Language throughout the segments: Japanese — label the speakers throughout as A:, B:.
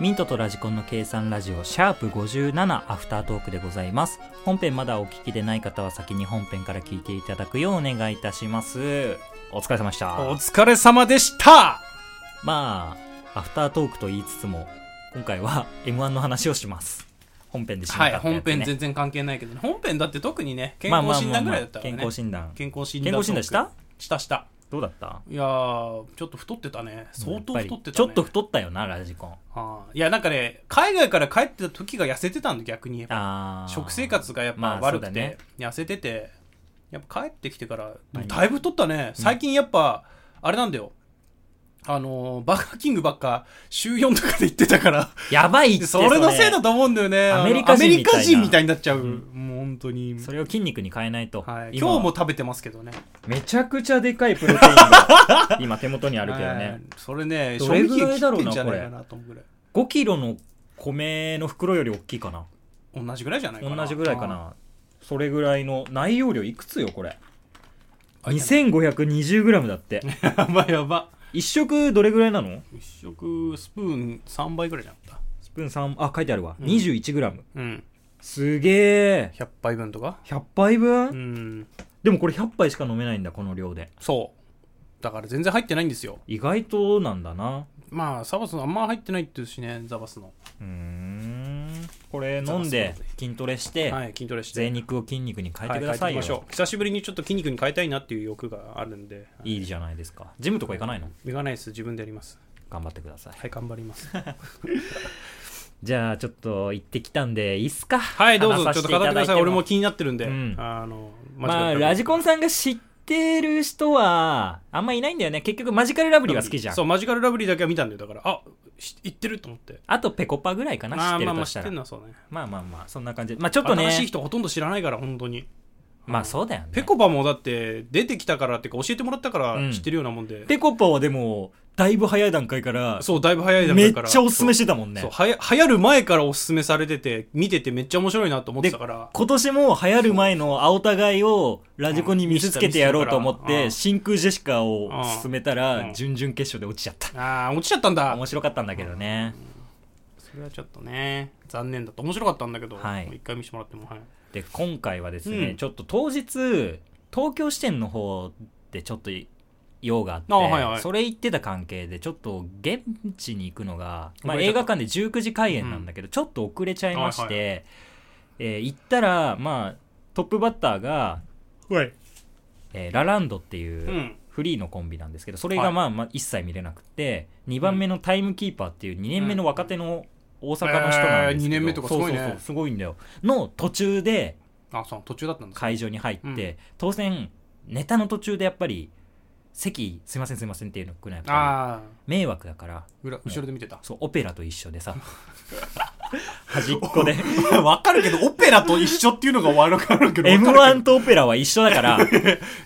A: ミントとラジコンの計算ラジオシャープ57アフタートークでございます本編まだお聞きでない方は先に本編から聞いていただくようお願いいたしますお疲れ様でした
B: お疲れ様でした
A: まあアフタートークと言いつつも今回は m 1の話をします本編でしなか
B: は
A: ったや
B: い、
A: つ、ね
B: 本編全然関係ないけどね。本編だって特にね、健康診断ぐらいだったからね。
A: まあまあまあまあ健康診断
B: 健康診断。
A: 健康診断した
B: したした。
A: どうだった
B: いやー、ちょっと太ってたね。相当太ってたね。
A: ちょっと太ったよなラジコン
B: あーいや、なんかね、海外から帰ってた時が痩せてたんだ、逆に言えば。
A: あー
B: 食生活がやっ
A: ま
B: ぱ
A: あ
B: 悪
A: そ
B: く
A: う
B: て、
A: だね
B: 痩せててやっぱ帰ってきてからで
A: は
B: も
A: い
B: だいぶ太ったね最近やっぱ、あれなんだよあのーバーガーキングばっか週4とかで行ってたから
A: やばいって
B: それのせいだと思うんだよね
A: アメリ
B: あの
A: カ人
B: アメリ
A: みたいな
B: カ人みたいになっちゃう、
A: うん
B: もう本当に
A: それを筋肉に変えないと、
B: はい、
A: 今
B: 今日も食べてますけどね
A: めちゃくちゃでかいプロテインが今手元にあ
B: あ
A: るけどね、
B: それね
A: どれぐらいだろうな
B: 賞味期限切ってんじゃないかなと思うぐらい
A: 5キロの米の袋より大きいかな
B: 同じぐらいじゃないかな
A: 同じぐらいか
B: あ
A: なそれぐらいの内容量いくつよこれ
B: ー
A: 2520g だ って
B: やばいやば
A: 一食どれぐらいなの
B: 一食スプーン3倍ぐらいじゃなかっ
A: スプーン3あ書いてあるわ、
B: うん
A: 21g
B: たうん
A: すげえ
B: 100杯分とか
A: 100杯分、
B: うん
A: でもこれ100杯しか飲めないんだこの量で
B: そう。だから全然入ってないんですよ。
A: 意外となんだな
B: まあ、サバスのあんま入ってないっていうしね、ザバスの。
A: うーんこれ飲んで筋トレして、
B: はい、筋トレして。
A: 贅肉を筋肉に変えてくださいよ、
B: は変えてきましょう。久しぶりにちょっと筋肉に変えたいなっていう欲があるんで。
A: いいじゃないですかジムとか行かないの
B: いかないです。自分でやります。
A: 頑張ってください
B: はい、頑張ります。
A: じゃあちょっと行ってきたんでいいっすか
B: はい、どう
A: 話
B: ぞ、ちょっ
A: させ
B: と
A: てい
B: 語
A: た
B: って
A: だい
B: ください。
A: て
B: 俺も気になってるんで。
A: うん
B: あの、
A: まあラジコンさんが知ってる人はあんまいないんだよね結局マジカルラブリーが好きじゃん
B: そう、マジカルラブリーだけは見たんだよ。だから、あ、し言ってると思って。
A: あとペコパぐらいかな知
B: あ
A: って
B: ーま
A: る
B: あま
A: と
B: あ
A: し
B: 知ったて
A: ら
B: んのはそうね。
A: まあまあまあそんな感じまあちょっと
B: 新しい
A: ね
B: 人ほとんど知らないから、本当に。
A: まあそうだよね
B: ペコパもだって、出てきたからっていうか、教えてもらったか
A: うん
B: ら知ってるようなもんで。
A: ペコパはでもだいぶ早い段階から
B: そう、だいぶ早い段
A: めっ
B: 階から。
A: ちゃおすすめ
B: し
A: してたもんね
B: そう、はや、流行る前からおすすめされてて、見ててめっちゃ面白いなと思ってたから。
A: 今年も流行る前の青互いをラジコンに見せつけてやろうと思っ
B: う
A: て
B: ん
A: 真空ジェシカを進めた
B: う
A: ら
B: ん
A: 準々決勝で落ちちゃった
B: ああ、落ちちゃったんだ。
A: 面白かったんだけどね
B: それはちょっとね、残念だった。面白かったんだけど、
A: はい
B: もう一回見せてもらっても、はい。
A: で今回はですね、
B: うん
A: ちょっと当日東京支店の方でちょっと用があって
B: あはいはい
A: それ行ってた関係でちょっと現地に行くのが、まあ、
B: 遅れちゃ
A: 映
B: った
A: 画館で19時開演なんだけど、ちょっと遅れちゃいまして、
B: はいは
A: えー行ったら、まあ、トップバッターが、
B: はい。
A: えーラランドっていうう、
B: ん。
A: フリーのコンビなんですけどそれが
B: はい
A: まあまあ一切見れなくて2番目のタイムキーパーっていう2年目の若手の大阪の人なんですけど、
B: えー二年目とかすごいね
A: そうそうそうすごいんだよの途中で
B: あ、そう、途中だったんです
A: 会場に入って、
B: うん
A: 当然ネタの途中でやっぱり席すいませんすいませんっていうのくないやっぱ
B: ああ、
A: り迷惑だから
B: 裏、後ろで見てた。
A: そうオペラと一緒で さ端っこで
B: わかるけど、オペラと一緒っていうのが悪かるけ
A: m 1とオペラは一緒だから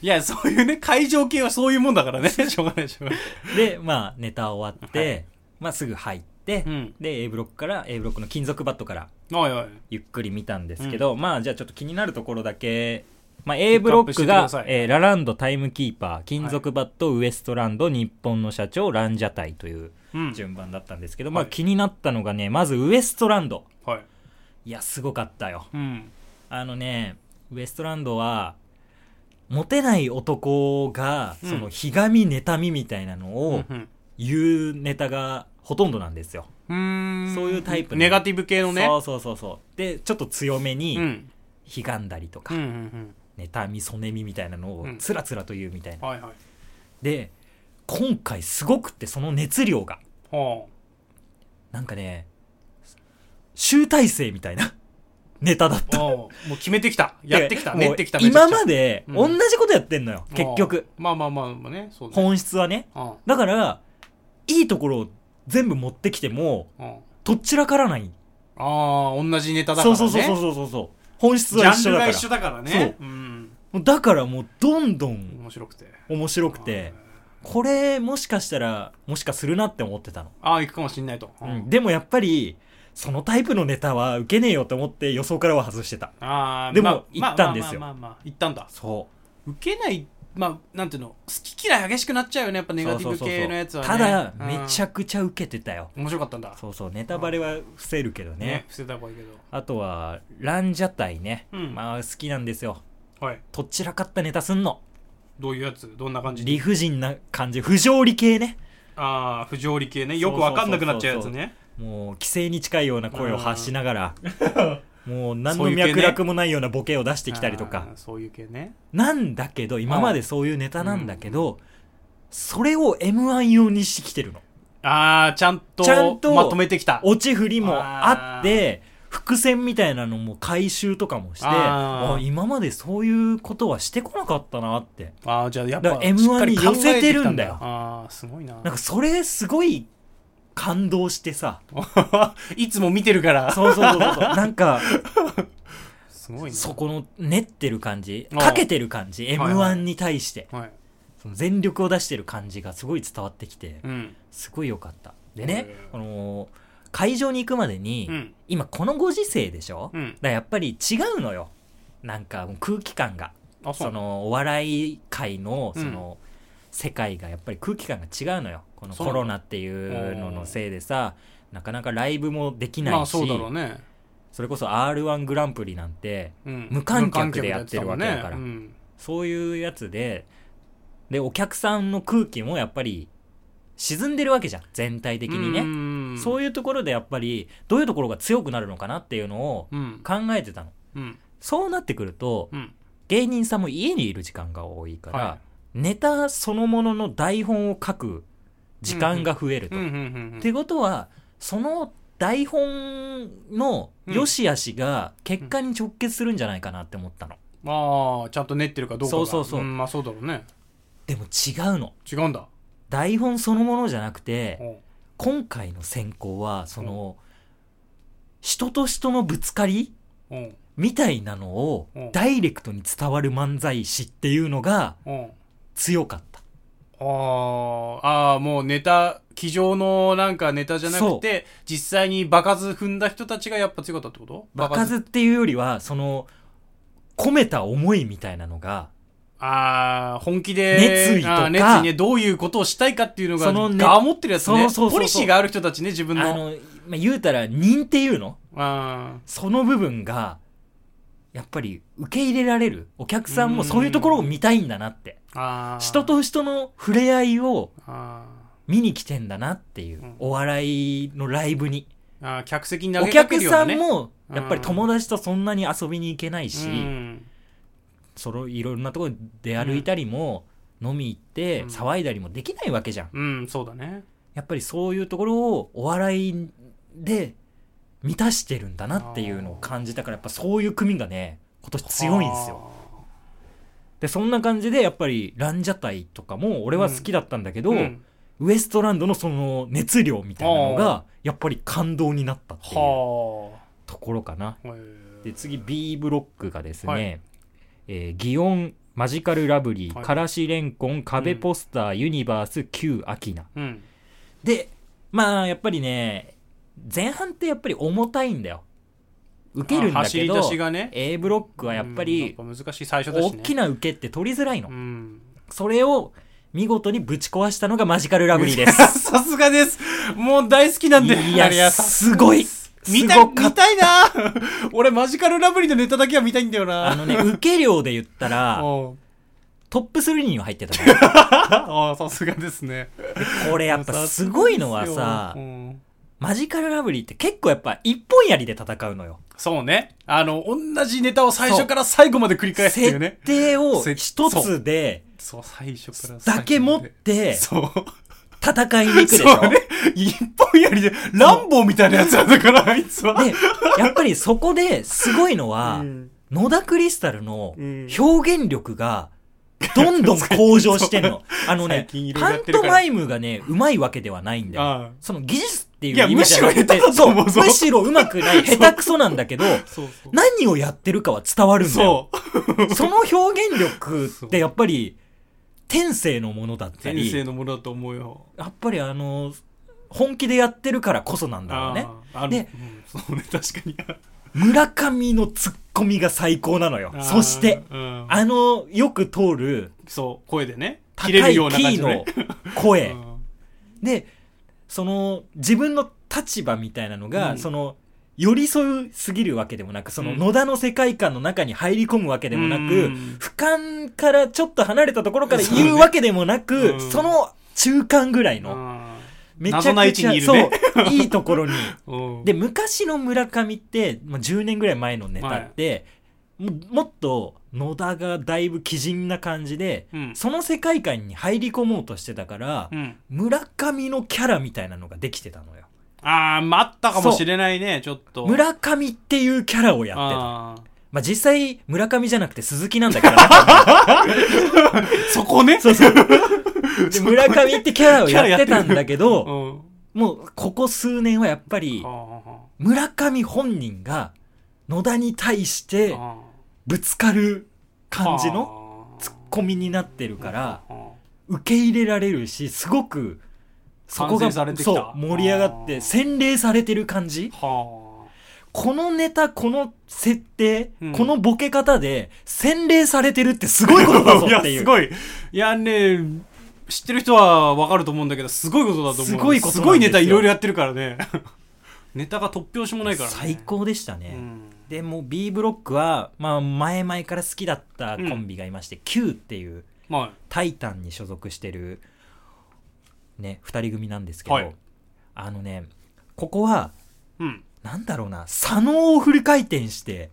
B: いや、そういうね、会場系はそういうもんだからね。 しょうがない、しょうがない。
A: でまあネタ終わって、
B: は
A: まあ、すぐ入って、
B: うん。
A: で A ブロックから A ブロックの金属バットから
B: おいおい。
A: ゆっくり見たんですけど、まあじゃあちょっと気になるところだけ、まあ、A ブロック
B: ピックア
A: が
B: ップしてください
A: えーラランドタイムキーパー金属バット、ウエストランド日本の社長ランジャタイという
B: うん。
A: 順番だったんですけど、まあ
B: はい
A: 気になったのがねまずウエストランド
B: はい。
A: いやすごかったよ
B: うん。
A: あのねウエストランドはモテない男が
B: うん
A: そのひがみ妬みみたいなのを
B: うん
A: 言うネタがほとんどなんですよ、
B: うん。ん
A: そういうタイプの
B: ネガティブ系のね。
A: そうそうそうそうでちょっと強め
B: う
A: に
B: ん。
A: ひがんだりとか、
B: うんうん
A: 妬みそねみみたいなのを
B: うん
A: つらつらと言うみたいな、
B: うん。はいはい。
A: で今回すごくってその熱量が
B: は
A: なんかね集大成みたいな ネタだっ
B: あ。
A: た
B: ああもう決めてきた。やってきた。
A: でもう
B: 練ってきた。
A: 今
B: めちゃ
A: まで
B: うん
A: 同じことやってんのよ、
B: くちゃ
A: 結局。
B: ああまあまあまあまあね。そうね。
A: 本質はね
B: あ
A: だからいいところを全部持ってきても
B: ああ
A: どっちらからない
B: あああ、同じネタだから
A: そう
B: ね。
A: そうそうそうそう
B: う。
A: そうそう本質
B: ジ
A: は
B: ャ
A: 一
B: ン
A: 緒
B: ル
A: だか
B: が
A: ら
B: 一緒だからね。うん。
A: もうだからもうどんどん
B: 面白くて。
A: 面白くてこれもしかしたらもしかするなって思ってたの
B: ああ、行くかもしんないと。
A: うんでもやっぱりそのタイプのネタは受けねえよと思って予想からは外してた
B: あー
A: でも
B: まあ
A: 行ったんですよ
B: まあまあまあまあ行ったんだ
A: そ
B: 受けないまあなんていうの好き嫌い激しくなっちゃうよねやっぱ
A: う
B: ネガティブ系のやつはね
A: ただめち
B: ゃ
A: ゃくちゃ受けてたよ
B: 面白かったんだ
A: そうそうネタバレは伏せるけどね
B: ね伏せた方がいいけど
A: あとはランジャタイね、
B: うん
A: まあ好きなんですよ
B: はい
A: とっちらかったネタすんの
B: どういうやつどんな感じ
A: 理不尽な感じ不条理系ね
B: ああ不条理系ねよくわかんなくなっちゃうやつね
A: もう規制に近いような声を発しながら もう何
B: そ
A: の
B: ういう系ね
A: 脈絡もないようなボケを出してきたりとか、
B: あーそういう系ね
A: なんだけど今までそういうネタなんだけど、それを m 1用にしてきてるの
B: ああちゃんと
A: ちゃんと
B: まとめてきた
A: 落ち振りもあって伏線みたいなのも回収とかもして
B: あー
A: あ今までそういうことはしてこなかったなって
B: ああじゃあやっ
A: だ
B: ぱ
A: から M1
B: しっかり考えきた
A: に寄せてるんだよ
B: ああすご いな
A: なんかそれすごい感動してさ
B: いつも見てるから
A: そうそうそうそう なんか
B: すごいな
A: そこの練ってる感じ
B: あー
A: かけてる感じ m
B: はいはい
A: 1に対して
B: はい
A: その全力を出してる感じがすごい伝わってきて
B: うん
A: すごい良かったでね
B: へー
A: この会場に行くまでに、
B: うん
A: 今このご時世でしょ、
B: う
A: だか
B: ん
A: らやっぱり違うのよなんかもう空気感が
B: あそ
A: そうのお笑い界のその、世界がやっぱり空気感が違うのよこのコ
B: そうなの
A: ロナっていうののせいでさなかなかライブもできないし、
B: まあそうだろうね
A: それこそ r 1グランプリなんて
B: うん
A: 無観客でやってるわけだから
B: 無観客でやってたもんね
A: そういうやつででお客さんの空気もやっぱり沈んでるわけじゃん全体的にね、
B: ね
A: そう
B: いう
A: いうところでやっぱりどういうところが強くなるのかなっていうのを
B: うん
A: 考えてたの
B: うん
A: そうなってくると
B: うん
A: 芸人さんも家にいる時間が多いから、
B: は
A: ネタそのものの台本を書く時間が増えると。
B: うんうんうん
A: ってことはその台本の良し悪しが結果に直結するんじゃないかなって思ったの。
B: まあちゃんと練ってるかどうかが
A: そうそうそうん
B: まあそうだろうね
A: でも違うの。
B: 違うんだ
A: 台本そのものじゃなくて、
B: おう
A: 今回の選考はその、人と人のぶつかり
B: おう
A: みたいなのを
B: うん
A: ダイレクトに伝わる漫才師っていうのが
B: おう
A: 強かった。
B: あーあーもうネタ机上のなんかネタじゃなくて実際に場数踏んだ人たちがやっぱ強かったってこと
A: 場数っていうよりは、その、込めた思いみたいなのが、
B: ああ本気で
A: 熱意とか
B: あー熱意ねどういうことをしたいかっていうのが
A: そのね
B: が持ってるやつ
A: そ
B: ね
A: うそうそうそう
B: ポリシーがある人たちね自
A: あ
B: 分の
A: の、まあ、言うたら、認っていうの
B: あ
A: その部分が、やっぱり受け入れられる。お客さんもそういうところを見たいんだなって。
B: ーあー
A: 人と人の触れ合いを
B: あ
A: 見に来てんだなっていう。
B: うん
A: お笑いのライブに。
B: ーあー客席に投
A: お
B: げか
A: 客
B: けるような
A: さ
B: ね
A: んも、やっぱり友達とそんなに遊びに行けないし、
B: うん
A: そのいろんなところで歩いたりも、飲み行って
B: うん
A: 騒いだりもできないわけじゃん。
B: うんそうだね
A: やっぱりそういうところをお笑いで満たしてるんだなっていうのを感じたからやっぱそういう組がね今年強いんですよでそんな感じでやっぱりランジャタイとかも俺は好きだったんだけ
B: あ
A: ど、
B: ーうん
A: ウエストランドのその熱量みたいなのがやっぱり感動になったっていう
B: は
A: ところかな
B: あ
A: で次 B ブロックがですね、
B: はい
A: えー祇園マジカルラブリー、
B: はい
A: からしレンコン壁ポスター、ユニバース Q アキナ
B: うん
A: で、まあ、やっぱりね、前半ってやっぱり重たいんだよ。受けるんだ
B: 走
A: け
B: り
A: ど
B: 出、しがね
A: A ブロックはやっぱり、
B: うんなんか難しい最初だし
A: 大
B: ね
A: きな受けって取りづらいの
B: う。ん
A: それを見事にぶち壊したのがマジカルラブリーです。
B: さすがですもう大好き なんで
A: い
B: ありが
A: や、
B: とう
A: すごい
B: 見
A: す
B: たい
A: ごか
B: 見
A: った
B: いな 俺マジカルラブリーのネタだけは見たいんだよな
A: あのね、受け量で言ったら、
B: おう
A: トップ3には入ってた のよ。
B: ああさすがですね
A: これやっぱすごいのはさ
B: う、ん
A: マジカルラブリーって結構やっぱ一本やりで戦うのよ。
B: そうねあの同じネタを最初から最後まで繰り返すっていう
A: 設
B: ね
A: 定を
B: せ
A: 一つで、
B: そう最初から最後まで
A: だけ持って、
B: そう
A: 戦いに行くでし
B: そう
A: ょ
B: ね。一本やりで、ランボーみたいなやつなんだから、あいつは。
A: で、やっぱりそこですごいのは、
B: うん
A: 野田クリスタルの
B: うん
A: 表現力がどんどん向上してん の。あのね
B: 最近い、ろいろ
A: パ
B: や
A: ン
B: ってる
A: ト
B: から
A: マイムがね、うまいわけではないんだよ。
B: ああ
A: その技術ってい
B: いや
A: う意味じゃなくて
B: むしろ下手だと思う
A: そむしろうまく ない、下手くそなんだけど、
B: そうそう。
A: 何をやってるかは伝わるんだよ。
B: そう。
A: その表現力ってやっぱり、天性のものだった
B: 天性
A: り、
B: のものだと思うよ。
A: やっぱりあの、本気でやってるからこそなんだろうね
B: あーあ
A: で
B: で、うん、そうね確かに
A: 村上のツッコミが最高なのよ
B: あー
A: そして
B: うん
A: あのよく通る
B: そう声でね
A: 高
B: 切
A: いキ
B: れるような感じ
A: ー
B: の
A: の
B: ね
A: 声、
B: うん
A: でその自分の立場みたいなのが、
B: うん
A: その寄り添うすぎるわけでもなくその
B: うん
A: 野田の世界観の中に入り込むわけでもなく、
B: うん
A: 俯瞰からちょっと離れたところから
B: そうね
A: 言うわけでもなく、
B: うん
A: その中間ぐらいの、めちゃくちゃ
B: 謎な位置にいるね
A: そういいところに
B: うんうん
A: で昔の村上って、まあ、10年ぐらい前のネタって、ももっと野田がだいぶ鬼人な感じで
B: うん
A: その世界観に入り込もうとしてたから、
B: うん
A: 村上のキャラみたいなのができてたのよ
B: ああ待ったかもしれないねちょっと
A: 村上っていうキャラをやってた
B: あー
A: まあ実際村上じゃなくて鈴木なんだけ どな
B: そこね
A: そう そうで村上ってキャラをやってたんだけ
B: う
A: ど
B: ん
A: もうここ数年はやっぱり
B: あー
A: 村上本人が野田に対して
B: あー
A: ぶつかる感じのツッコミになってるから受け入れられるしすごくそこが
B: 完成されてきた
A: そう盛り上がって
B: あー
A: 洗礼されてる感じ
B: は
A: このネタ、この設定、
B: うん
A: このボケ方で洗礼されてるってすごいことだぞ
B: あ いや
A: っていう。
B: すごいいやね知ってる人は分かると思うんだけどすごいことだと思う
A: すごいことなんです
B: す
A: よ
B: ごいネタいろいろやってるからねネタが突拍子もないからね
A: 最高でしたね。
B: うん
A: でもう B ブロックは、まあ、前々から好きだったコンビがいまして、Q っていう
B: ま
A: タイタンに所属してる、ね、二人組なんですけど、
B: はい
A: あのね、ここは、
B: あうん
A: なんだろうな、左脳をフル回転して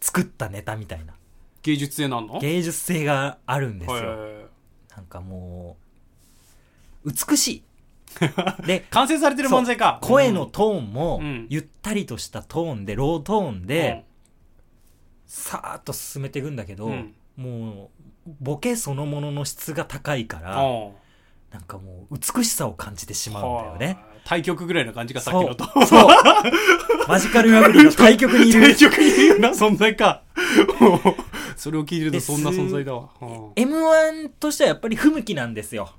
A: 作ったネタみたいな。
B: 芸術性なんの
A: 芸術性があるんですよ。
B: はい
A: なんかもう、美 しい。で、
B: 完成されてる漫才か
A: 声のトーンも
B: うん、
A: ゆったりとしたトーンで、ロートーンで、さーっと進めていくんだけど、
B: うん
A: もう、ボケそのものの質が高いから、なんかもう、美しさを感じてしまうんだよね。
B: 対局ぐらいの感じがさっきのと
A: そう。そうマジカルラブリーの対局にいる
B: 対。局にいるな存在かもう それを聞いてるとそんな存在だわうん
A: M1 としてはやっぱり不向きなんですよ。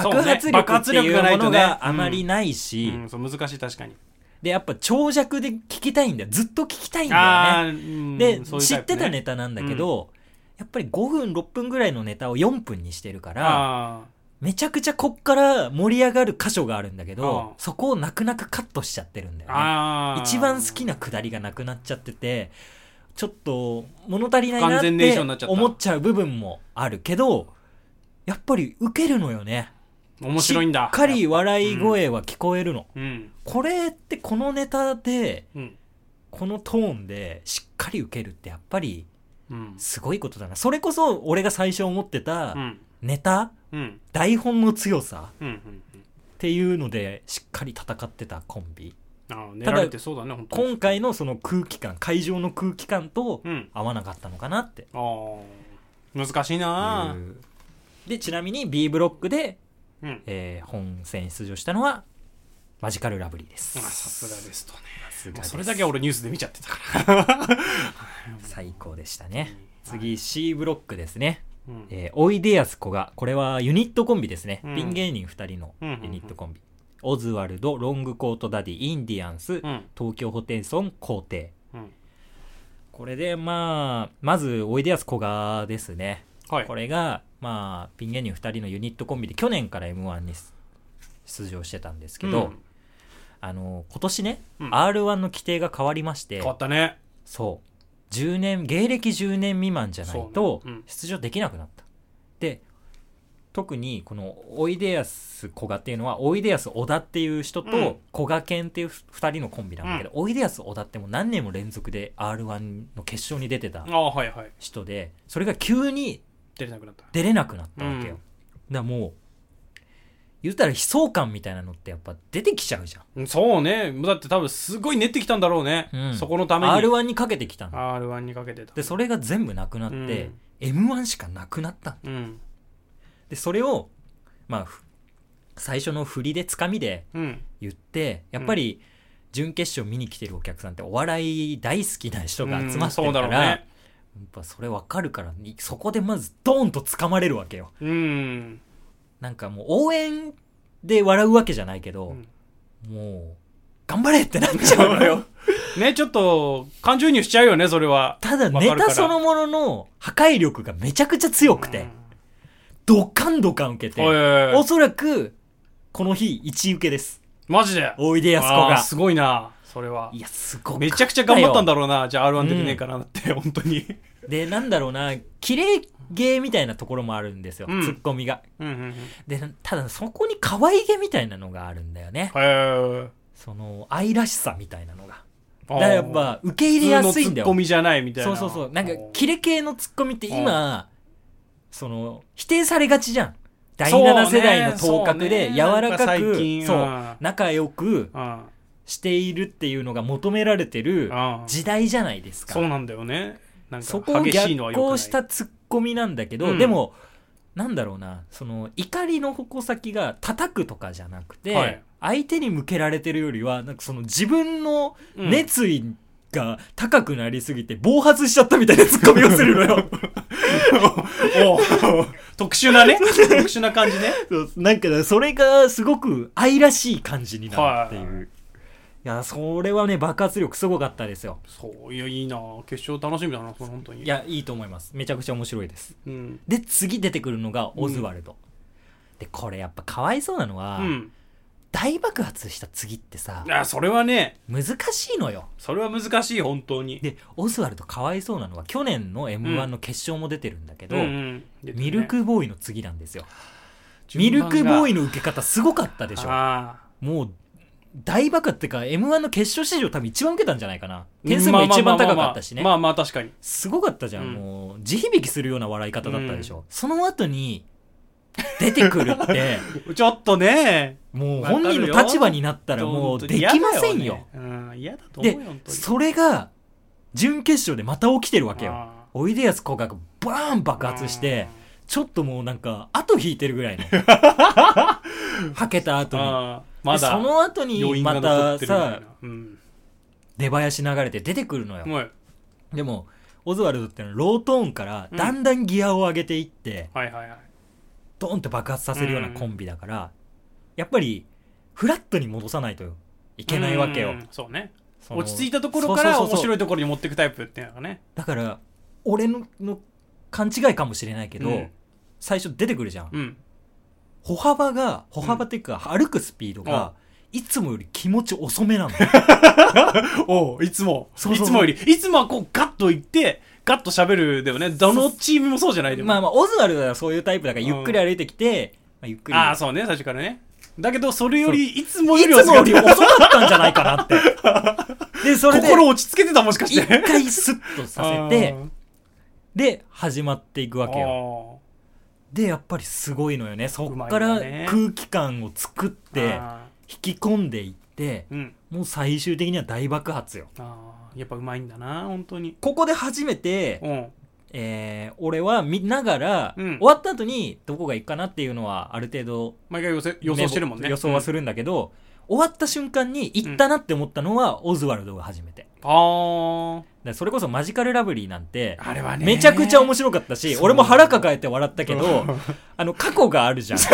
B: そう
A: 爆
B: ね
A: 発力っていうもの
B: 爆発力がないとね
A: があまりないし、
B: うんそう難しい確かに
A: で、やっぱ長尺で聞きたいんだよ。ずっと聞きたいんだよね
B: あ。ー
A: で、
B: うんそういう
A: 知
B: タイ
A: っ
B: プ
A: て
B: ね
A: たネタなんだけど、やっぱり5分6分ぐらいのネタを4分にしてるから
B: あ
A: めちゃくちゃこっから盛り上がる箇所があるんだけど
B: あ
A: そこを泣く泣くカットしちゃってるんだ
B: ー
A: よね
B: あー
A: 一番好きなくだりがなくなっちゃっててちょっと物足りないなっ
B: 完全燃焼になっち
A: て
B: ゃった
A: 思っちゃう部分もあるけどやっぱり受けるのよね
B: 面白いんだ
A: しっかり笑い声は聞こえるの、
B: うん
A: これってこのネタで
B: うん
A: このトーンでしっかり受けるってやっぱり
B: うん
A: すごいことだな。それこそ俺が最初思ってた
B: うん
A: ネタ、
B: うん
A: 台本の強さ
B: うんうん
A: っていうのでしっかり戦ってたコンビ。
B: あ
A: た
B: ー狙
A: だ
B: られてそうだね本当に
A: 今回のその空気感、会場の空気感と
B: うん
A: 合わなかったのかなっていう。
B: あー難しいなー
A: で、ちなみに B ブロックで、
B: うん
A: えー本戦出場したのはマジカルラブリーで
B: まあ
A: す。
B: さすがですとね
A: さすが
B: もう
A: です
B: それだけは俺ニュースで見ちゃってたから
A: 最高でしたね。次 C ブロックですね。
B: うん
A: えーおいでやすこが、これはユニットコンビですね。
B: うん
A: ピン芸人2人のユニットコンビ。オズワルド、ロングコートダディ、インディアンス、
B: うん
A: 東京ホテイソン、皇帝。
B: うん
A: これで、まあ、まず、おいでやすこがですね。
B: はい
A: これが、まあ、ピン芸人2人のユニットコンビで、去年から M1 に出場してたんですけど、
B: うん
A: あの、今年ね、
B: うん
A: R1 の規定が変わりまして
B: 変、わったね
A: そう。10年、芸歴10年未満じゃないと
B: そうねうん、
A: 出場できなくなった。で、特に、この、おいでやすこがっていうのは、おいでやす小田っていう人
B: う
A: と
B: ん、
A: こがけんっていう二人のコンビなんだけど、おいでやす小田ってもう何年も連続で R1 の決勝に出てた
B: ああはいはい
A: 人で、それが急に
B: 出れなくなった
A: 出れなくなったわけよ。だ
B: うん
A: からもう、言ったら悲壮感みたいなのってやっぱ出てきちゃうじゃん。
B: うんそうねだって多分すごい練ってきたんだろうね
A: うん
B: そこのために
A: R1 にかけてきたの。
B: R1 にかけてた
A: で、それが全部なくなって、M1 しかなくなったんだよ
B: うん
A: でそれを、まあ、ふ最初の振りでつかみで
B: うん
A: 言ってやっぱり準決勝見に来てるお客さんってお笑い大好きな人が集まって
B: う
A: る
B: んそ
A: か
B: うだ
A: ら、
B: ろう
A: や
B: ね
A: っぱそれ分かるからいそこでまずドーンとつかまれるわけよ
B: うん
A: なんかもう応援で笑うわけじゃないけど、
B: うん
A: もう、頑張れってなっちゃうのよ。
B: ね、ちょっと、感情移入しちゃうよね、それは。
A: ただ
B: わか
A: ネ
B: るから
A: タそのものの破壊力がめちゃくちゃ強くて、ドカンドカン受け
B: お
A: て、
B: いおいお
A: お
B: い
A: そらく、この日1受けです。
B: マジで。
A: おいでやすこ
B: あー
A: が。
B: すごいな、それは。
A: いや、すご
B: めちゃくちゃ頑張ったん
A: だ
B: だろうな、じゃあ R1 出てねえかなって、本当に。
A: で、なんだろうな、綺麗芸みたいなところもあるんですよ、
B: うん
A: ツッコミが。
B: うんうんうん。
A: で、ただそこに可愛げみたいなのがあるんだよね。
B: へ
A: その、愛らしさみたいなのが。
B: え。
A: だからやっぱ、受け
B: 普
A: 入れ
B: 通
A: や
B: の
A: す
B: ツ
A: いんだ
B: ッ
A: よ
B: コ。ミじゃないみたい
A: そ
B: な。
A: うそうそう。なんか、キ
B: れ
A: レ系のツッコミって今、その、否定されがちじゃん。第7世代の頭角で、柔らか
B: 最
A: く、
B: 近、
A: そうう、
B: ん
A: 仲良く
B: うん
A: しているっていうのが求められてる
B: うん
A: 時代じゃないです
B: そう
A: か。
B: なんだよね。なん
A: そ
B: か
A: こを
B: 激し
A: 逆
B: いのは良くない。
A: 行したツッコミなんだけど、
B: うん
A: でも、なんだろうな、その、怒りの矛先が叩くとかじゃなくて、
B: はい
A: 相手に向けられてるよりは、なんかその自分の
B: うん
A: 熱意が高くなりすぎて暴発しちゃったみたいなツッコミをするのよ。
B: おう特殊なね。特殊な感じ ね。
A: そうなんかねそれがすごく愛らしい感じになるっていう。、
B: はい
A: や、それはね、爆発力すごかったですよ。
B: そう、いや、いいな決勝楽しみだな、これ本当に。
A: いや、いいと思います。めちゃくちゃ面白いです。
B: うん。
A: で、次出てくるのがオズワルド。で、これやっぱかわいそうなのは、
B: うん。
A: 大爆発した次ってさ、
B: あ、それはね、
A: 難しいのよ。
B: それは難しい、本当に。
A: で、オズワルドかわいそうなのは、去年の M1 の決勝も出てるんだけど、
B: うんうん出てるね
A: ミルクボーイの次なんですよ。ミルクボーイの受け方すごかったでし
B: でし
A: ょ
B: ょ。。ああ
A: もう、大爆ってか、M1 の決勝史上多分一番受けたんじゃないかな。点数も一番高かったしね
B: ま。あまあまあまあまあまあ確かに。
A: すごかったじゃん。
B: うん
A: もう、地響きするような笑い方だったでしょ。その後に、出てくる って、
B: ちょっとね。
A: もう
B: わかる
A: 本
B: よ
A: 人の立場になったらも
B: 本
A: う
B: 当
A: で
B: に嫌だ
A: きませんよ。
B: ねうん、嫌だと思う
A: で
B: よ、本、当に。
A: それが、準決勝でまた起きてるわけよ。
B: あ
A: おいでやすこがバーン爆
B: あ
A: 発して、ちょっともうなんか、後引いてるぐ らいの。はけた後に。
B: ああ
A: で
B: まだ、
A: その後
B: 余
A: に、
B: 韻が
A: ま
B: 残ったてるみたい
A: さ
B: な、。うん。
A: 出囃子流れて出てくるのよ。
B: はい
A: でも、オズワルドってのはロートーンからだんだんギアを上げていって、
B: はいはいはい。
A: ドーンって爆発させるようなコンビだから、やっぱり、フラットに戻さないといけないわけよ
B: う。ん。そうね。
A: その
B: 落ち着いたところから
A: そうそう
B: 面
A: そうそう
B: 白いところに持っていくタイプっていうのがね。
A: だから、俺のの勘違いかもしれないけど、
B: うん
A: 最初出てくるじゃん。
B: うん。
A: 歩幅が、歩幅っていうか、歩くスピードが、いつもより気持ち遅めなの。
B: おういつも
A: そうそう
B: いつもよりいつもはこうガッと行ってガッと喋るだよねどのチームもそうじゃ ないでも
A: まあまあ、オズワルドはそういうタイプだから、ゆっくり歩いてきて、まあ、ゆっくり。
B: ああそうね最初からねだけどそれよりいつも
A: い
B: より
A: つもより
B: 遅かっ
A: 遅かったんじゃないかなって。 で、そ
B: た
A: れで、
B: 心落ち着けてたもしかし
A: 一
B: て
A: 回スッとさせて、で、始まっていく
B: あ
A: わ
B: ー
A: けよ。で、やっぱりすごいのよね。そっか
B: う
A: ら
B: まいよね
A: 空気感を作って、
B: あ
A: 引き込んでいって
B: ー、うん
A: もう最終的には大爆発よ。
B: あーやっぱうまいんだな本当に
A: ここで初めて
B: う、ん
A: えー、俺は見ながら、
B: うん
A: 終わった後にどこが行くかなっていうのはある程度
B: 毎回予想予想してるもんね
A: 予想はす
B: る、
A: るんだけど、終わった瞬間に行ったなって思ったのはオズワルドが初めて。
B: うんあ
A: だからそれこそマジカルラブリーなんて、
B: ああれはね
A: めちゃくちゃ面白かったし、
B: そう
A: 俺も腹抱えて笑ったけど、あの、過去があるじゃん。
B: 過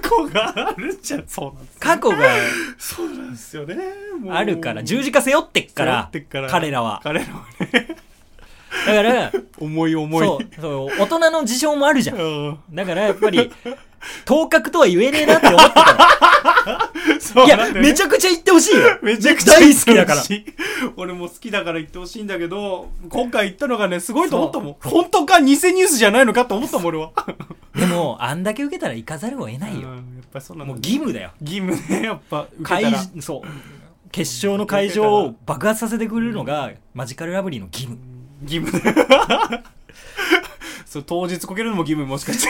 B: 去があるじゃんそうなんです
A: 過去が
B: そうなんですよねもう
A: あるから、十字架背負ってっか
B: 背負
A: ら
B: ってっか、ら
A: 彼らは。
B: 彼らはね
A: だ から、
B: 重い重い
A: そう、そう、大人の事情もあるじゃん。
B: うん
A: だからやっぱり、頭角とは言えねえなって思ってた
B: そ
A: の。
B: う
A: いや
B: なん、だよね
A: めちゃくちゃ言ってほしいよ。
B: めちゃくちゃ
A: 大好きだから。
B: 俺も好きだから言ってほしいんだけど、今回言ったのがね、すごいと思ったもん。本当か偽ニュースじゃないのかと思ったもん、俺は。
A: でも、あんだけ受けたら行かざるを得ないよ。
B: やっぱそうな
A: もう
B: の。
A: 義務だよ。
B: 義務ね、やっぱ。受
A: 会
B: けたら。
A: そう。決勝の会場を爆発させてくれるのが、マジカルラブリーの義務。
B: 義務 ね。そう、当日こけるのも義務もしかし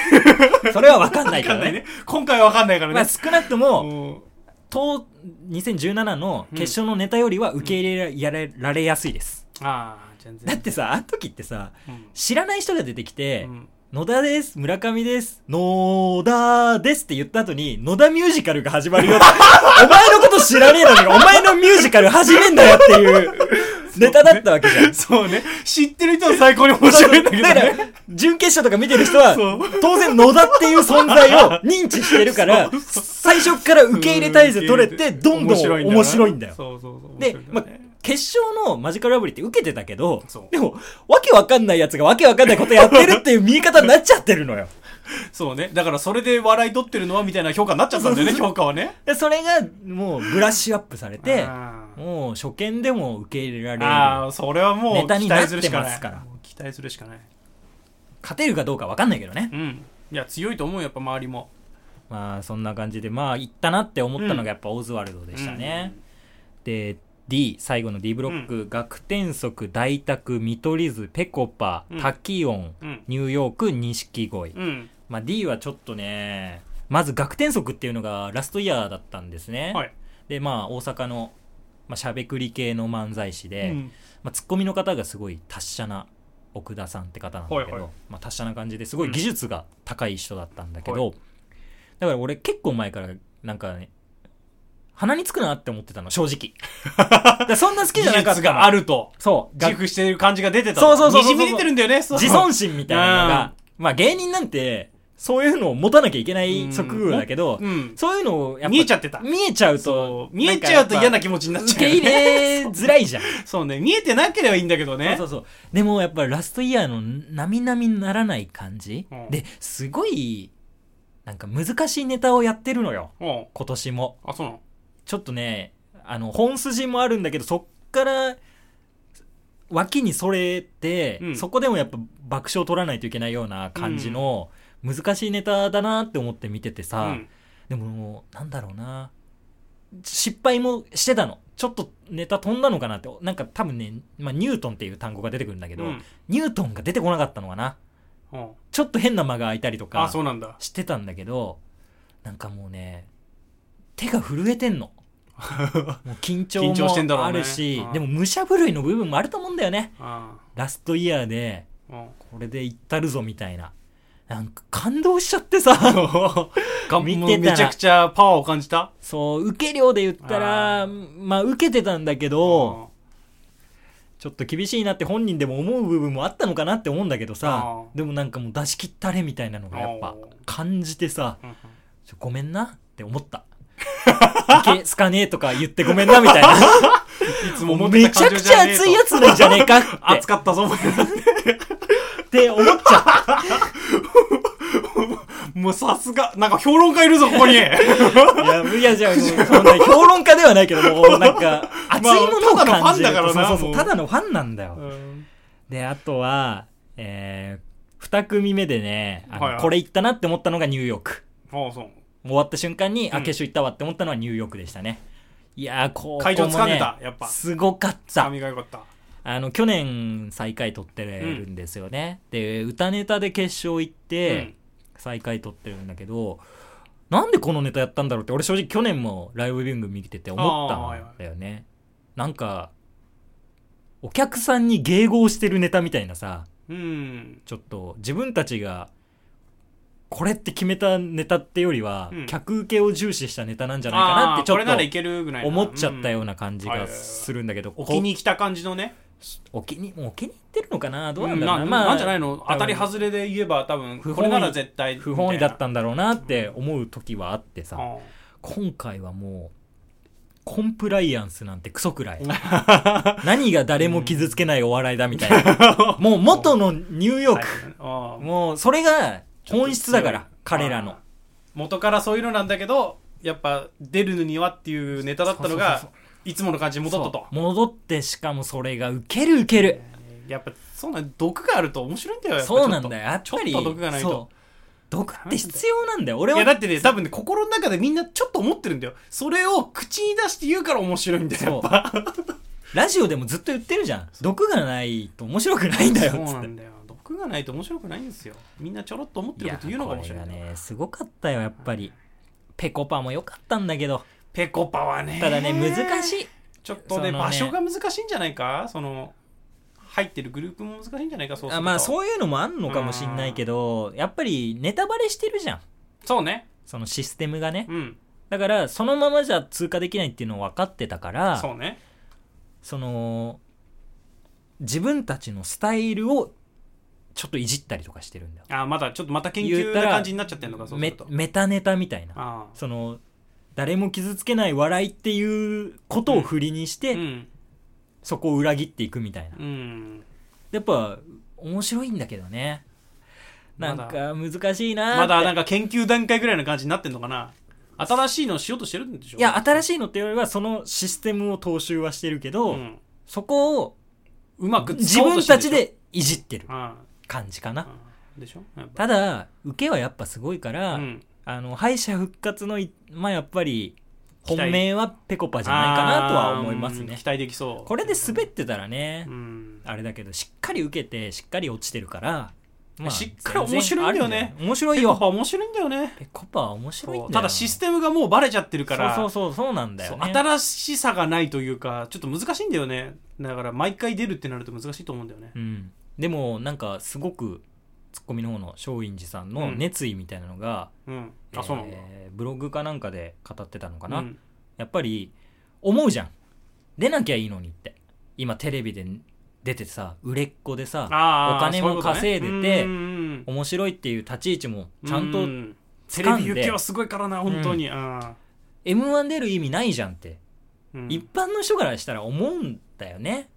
B: て。
A: それは分かんないか
B: わからん
A: ね
B: ないね。今回はわかんないから
A: まあ、
B: ね。
A: 少なくとも、
B: も
A: 当2017の決勝のネタよりは受け入れやれられやすいです。
B: うああ、全
A: だっ
B: 然。
A: てさ、あの時ってさ、
B: うん
A: 知らない人が出てきて、
B: うん
A: 野田です、村上です、野田ですって言った後に、野田ミュージカル が始まるよってお前のこと知らねえのに、お前のミュージカル始めんだよっていう、ネタだったわけじゃん。
B: そうね。知ってる人は最高に 面白いんだけど
A: だから
B: ね。、
A: 準決勝とか見てる人は
B: そう、
A: 当然野田っていう存在 を認知してるから、最初から受け入れ態勢取れて、どんどん面白いんだよ。
B: そうそうそう。
A: で
B: 面、白
A: まあ
B: いんだよね、
A: 決勝のマジカルラブリーって受けてたけど
B: そ、う
A: でも、わけわかんないやつがわけわかんないことやってるっていう見え方になっちゃってるの よ。
B: そうね。だからそれで笑い取ってるのはみたいな評価になっちゃったんだよね、評価はね。
A: でそれが、もう、ブラッシュアップされて、
B: あー
A: もう、初見でも受け入れられ
B: あ
A: る。
B: ー、それはも
A: ネ
B: う
A: タに
B: 期
A: なって
B: 待するしかな
A: ま
B: い。
A: すから
B: もう期待するしかない。
A: 勝てるかどうかわかんないけどね。
B: うん。いや、強いと思うよやっぱ周りも。
A: まあ、そんな感じで、まあ、いったなって思ったのがやっぱオズワルドでしたね。で、D、最後の D ブロック、学天足、大卓、見取り図、ペコパ
B: う、ん
A: タキオン、
B: うん。
A: ニューヨーク、錦鯉。
B: うん。
A: まあ、D はちょっとね、まず学天足っていうのがラストイヤーだったんですね。
B: はい。
A: で、まあ、大阪の、まあ、しゃべくり系の漫才師
B: う
A: で、
B: ん。
A: まあ、ツッコミの方がすごい達者な奥田さんって方なんだけど、
B: はいはい
A: まあ、達者な感じですごい技術が高い人だったんだけ
B: うん
A: ど、だから俺結構前からなんかね鼻につくなって思ってたの正 直だからそんな好きじゃなかっ
B: 技術
A: たの
B: があると。
A: そう
B: 自
A: が
B: 負してる感じが出てた。
A: そうそうそうそうそう
B: にじみ出てるんだよね。そう
A: 自尊心みたいなのが、まあ芸人なんてそういうのを持たなきゃいけない職業だけど、
B: うん。
A: そういうのをやっぱ
B: 見えちゃってた。
A: 見えちゃう
B: そ
A: と
B: う。見えちゃうと嫌な
A: 気
B: 気持ちになっ
A: 受
B: ちゃう
A: け入
B: よね。
A: れづらいじゃん
B: そうね。見えてなければいいんだけどね。
A: そう
B: う
A: そうそうでもやっぱラストイヤーの並々ならない感じ、
B: うん
A: ですごいなんか難しいネタをやってるのよ
B: そう。
A: 今年も
B: あ、そうなの
A: ちょっとねあの本筋もあるんだけどそっから脇にそれて、
B: うん
A: そこでもやっぱ爆笑を取らないといけないような感じの難しいネタだなって思って見ててさ、
B: うん。
A: でももうなんだろうな失敗もしてたのちょっとネタ飛んだのかなってなんか多分ね、まあ、ニュートンっていう単語が出てくるんだけど、
B: うん
A: ニュートンが出てこなかったのかな
B: うん
A: ちょっと変な間が空いたりと
B: あ、
A: か
B: そうなんだ。
A: してたんだけどなんかもうね手が震えて んのもう緊張
B: 緊張してんだろ
A: も
B: う
A: あ
B: ね
A: るし、
B: うん
A: でも武者震いの部分もあると思うんだよね
B: あ
A: ラストイヤーで
B: ーうん。
A: これでいったるぞみたいななんか感動しちゃって さ
B: が
A: 見てたら
B: もうめちゃくちゃパワーを感じた
A: そう、受け量で言ったら、
B: あ
A: まあ受けてたんだけど、ちょっと厳しいなって本人でも思う部分もあったのかなって思うんだけどさ
B: あ、ー
A: でもなんかもう出し切ったれみたいなのがやっぱ
B: おー
A: 感じてさ、
B: うんうん
A: ちょごめんなって思った。いけ、すかねえとか言ってごめんなみたいな。
B: いつも
A: も
B: 思
A: う
B: って
A: め
B: た
A: ちゃ
B: 感
A: く
B: 情
A: ち
B: じ
A: ゃ
B: ゃねえと
A: 熱いやつなんじゃねえかって
B: 熱かったぞ、お前
A: って思っちゃった。
B: もうさすが、なんか評論家いるぞ、ここ に。
A: いや、いや、じゃあ、もうそんな評論家ではないけど、もうなん か、熱いものを感じる。
B: ただのファンだからな
A: そうそうそう、
B: もう
A: ただのファンなんだよ。で、あとは、えー、二組目でね、あの
B: はいはい
A: これ行ったなって思ったのがニューヨーク。
B: ああ、そう。
A: 終わった瞬間に、あ、
B: うん
A: 決勝行ったわって思ったのはニューヨークでしたね。いやー、こう、
B: 会場
A: ここもね
B: 掴んでたやっぱ
A: すごかっ
B: さ
A: た。
B: みが良かった。
A: あの、去年、最下位取ってるんですよね。で、歌ネタで決勝行って、最下位取ってるんだけど、なんでこのネタやったんだろうって、俺正直去年もライブビューイング見てて思ったんだよね。なんか、お客さんに迎合してるネタみたいなさ、
B: うん。うん。
A: ちょっと自分たちがこれって決めたネタってよりは、
B: うん
A: 客受けを重視したネタなんじゃないかな
B: あ
A: っ
B: あ
A: てち
B: これなら
A: ょ
B: い
A: っ
B: けるぐらい
A: と
B: な
A: 思っちゃったような感じ
B: うんは
A: が
B: いはいはい
A: するんだけど、
B: うんお気に来た感じのね。
A: お気にお気に入ってるのかなどうなんだろうな,、
B: うん
A: まあ、
B: なんじゃないの当たり
A: 多分
B: 外れで言えば多分、
A: 不本意
B: これなら絶対。
A: 不本意だっ
B: み
A: たんだろうなって思う時はあってさ、
B: いな。うん
A: 今回はもうコンプライアンスなんてクソくらい 何が誰も傷つけないお笑いだみたいな、もう元のニューヨーク、
B: はいうん
A: もうそれが本質だから彼らの
B: あー。元からそういうのなんだけど、やっぱ出るにはっていうネタだったのが、
A: そうそう
B: いつもの感じに戻ったと
A: そう。戻ってしかもそれがウケるウケる
B: やっぱ、そうなん毒があると面白いんだよ、やっぱ
A: そうなん
B: ちょっ
A: だよやっぱり
B: ちょっと毒がないと
A: そう毒って必要なんだよ俺
B: といや、だ
A: は
B: ってね、多分ね、心の中でみんなちょっと思ってるんだよ。それを口に出して言うから面白いんだよ、や
A: そ
B: っ
A: う
B: ぱ。
A: ラジオでもずっと言ってるじゃん毒がないと面白くないんだよ
B: そう
A: つ
B: な
A: って
B: んだよ。毒がないと面白くないんですよ。みんなちょろっと思っ
A: い
B: てるこ
A: や
B: と言うの
A: こ
B: が面
A: れ
B: 白い
A: が
B: んだよ。
A: ねすごかったよやっぱりペコパも良かったんだけど
B: ペコパはね。
A: ただね難しい
B: ちょっとね
A: そのね
B: 場所が難しいんじゃないかその、入ってるグループも難しいんじゃないかそうする
A: あ
B: と
A: まあ
B: そう。
A: そういうのもあんのかもしんないけどやっぱりネタバレしてるじゃん
B: ね。
A: そのシステムがね
B: うん。
A: だからそのままじゃ通過できないっていうの分かってたから
B: そうね。
A: その自分たちのスタイルをちょっといじったりとかしてるんだよ
B: あーまだちょっとまた研
A: 言
B: 究
A: っ
B: な
A: たら
B: 感じになっちゃってるのかそうす
A: メ
B: ると
A: メタネタみたいな
B: あ
A: その誰も傷つけない笑いっていうことを振りにして、
B: ーうん
A: そこを裏切っていくみたいな
B: うん
A: やっぱ面白いんだけどねなん
B: ま
A: か難しいなーって
B: まだなんか研究段階ぐらいの感じになってんのかな新しいのをしようとしてるんでしょ
A: いや新
B: し
A: しいのっていうよりはそのシステムを踏襲はしてるけ
B: う
A: ど、
B: ん
A: そこを
B: うまく
A: 自
B: 使おうと
A: 分
B: して
A: た
B: る
A: ち
B: しょ
A: でいじってる
B: うん
A: 感じかな
B: うんでしょやっ
A: た
B: ぱ
A: だ受けはやっぱすごいから、
B: うん
A: あの敗者復活のいまあやっぱり
B: 期
A: 本
B: 待
A: 命はペコパじゃないかなとは思います
B: あーうん
A: ね
B: 期待できそう
A: これで滑ってたらね、
B: うん
A: あれだけどしっかり受けてしっかり落ちてるから、
B: しっかり面白いんだよね
A: 全然ある面白い
B: や っぱ
A: よ
B: 面白いんだよね
A: ペコパは面白いんだよ
B: ただシス
A: テ
B: テムがもうバレちゃってるから
A: そうそうそうそうなんだよ、ね、
B: そう新しさがないというかちょっと難しいんだよねだから毎回出るってなると難しいと思うんだよね
A: うん、でもなんかすごくツッコミの方の松陰寺さんの熱意みたいなのが、
B: うんあそうなんだ
A: えーブログかなんかで語ってたのかな、
B: うん
A: やっぱり思うじゃん出なきゃいいのにって今テレビで出てさ売れっ子でさ
B: あー
A: お金
B: そういう
A: も
B: ことね
A: 稼いでて
B: うんうん
A: 面白いっていう立ち位置も
B: うん
A: ちゃん
B: う
A: と
B: テ
A: 掴
B: レ
A: ん
B: ビ
A: で
B: 行きはすごいからな本当にあ
A: m 1出る意味ないじゃんって、
B: ーうん
A: 一般の人からしたら思うんだよね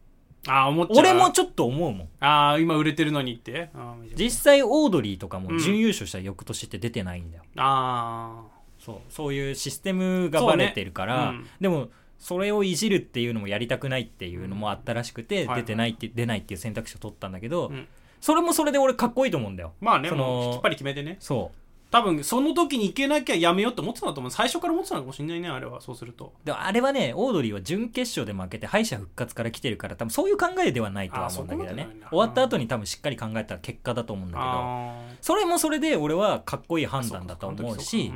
B: あー思っちゃう
A: 俺もちょっと思うもん
B: ああ今売れてるのにってあー
A: 実際オードリーとか
B: う
A: も
B: ん
A: 準優勝した翌年って出てないんだよ、
B: あ
A: そうそういうシステムがバレてるから、
B: そうねうん
A: でもそれをいじるっていうのもやりたくないっていうのもあったらしくて、
B: うんはいはい
A: 出てないって出ないっていう選択肢を取ったんだけど、
B: うん
A: それもそれで俺かっこいいと思うんだよ
B: まあね
A: その
B: もうきっぱり決めてね
A: そう
B: 多分その時に行けなきゃやめようって思ってたんだと思う最初から思ってたのかもしれないねあれはそうすると
A: でもあれはねオードリーは準決勝で負けて敗者復活から来てるから多分そういう考えではないとは思うんだけど
B: あそこまで
A: ね
B: なんだ
A: 終わった後に多分しっかり考えた結果だと思うんだけど
B: ああ
A: それもそれで俺はかっこいい判断だと思うし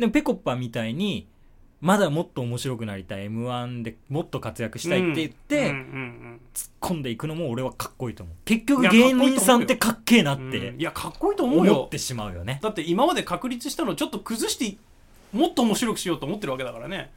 A: でもペコッパみたいにまだもっと面白くなりたい m 1でもっと活躍したいって言って、
B: うんうん
A: 突っ込んでいくのも俺はかっこいいと思う結局芸人さんってかっけえなっ
B: うん
A: て
B: いやかっこいいと思う
A: 思っ
B: よ
A: てしまうよね
B: だって今まで確立したのをちょっと崩していもっと面白くしようと思ってるわけだからね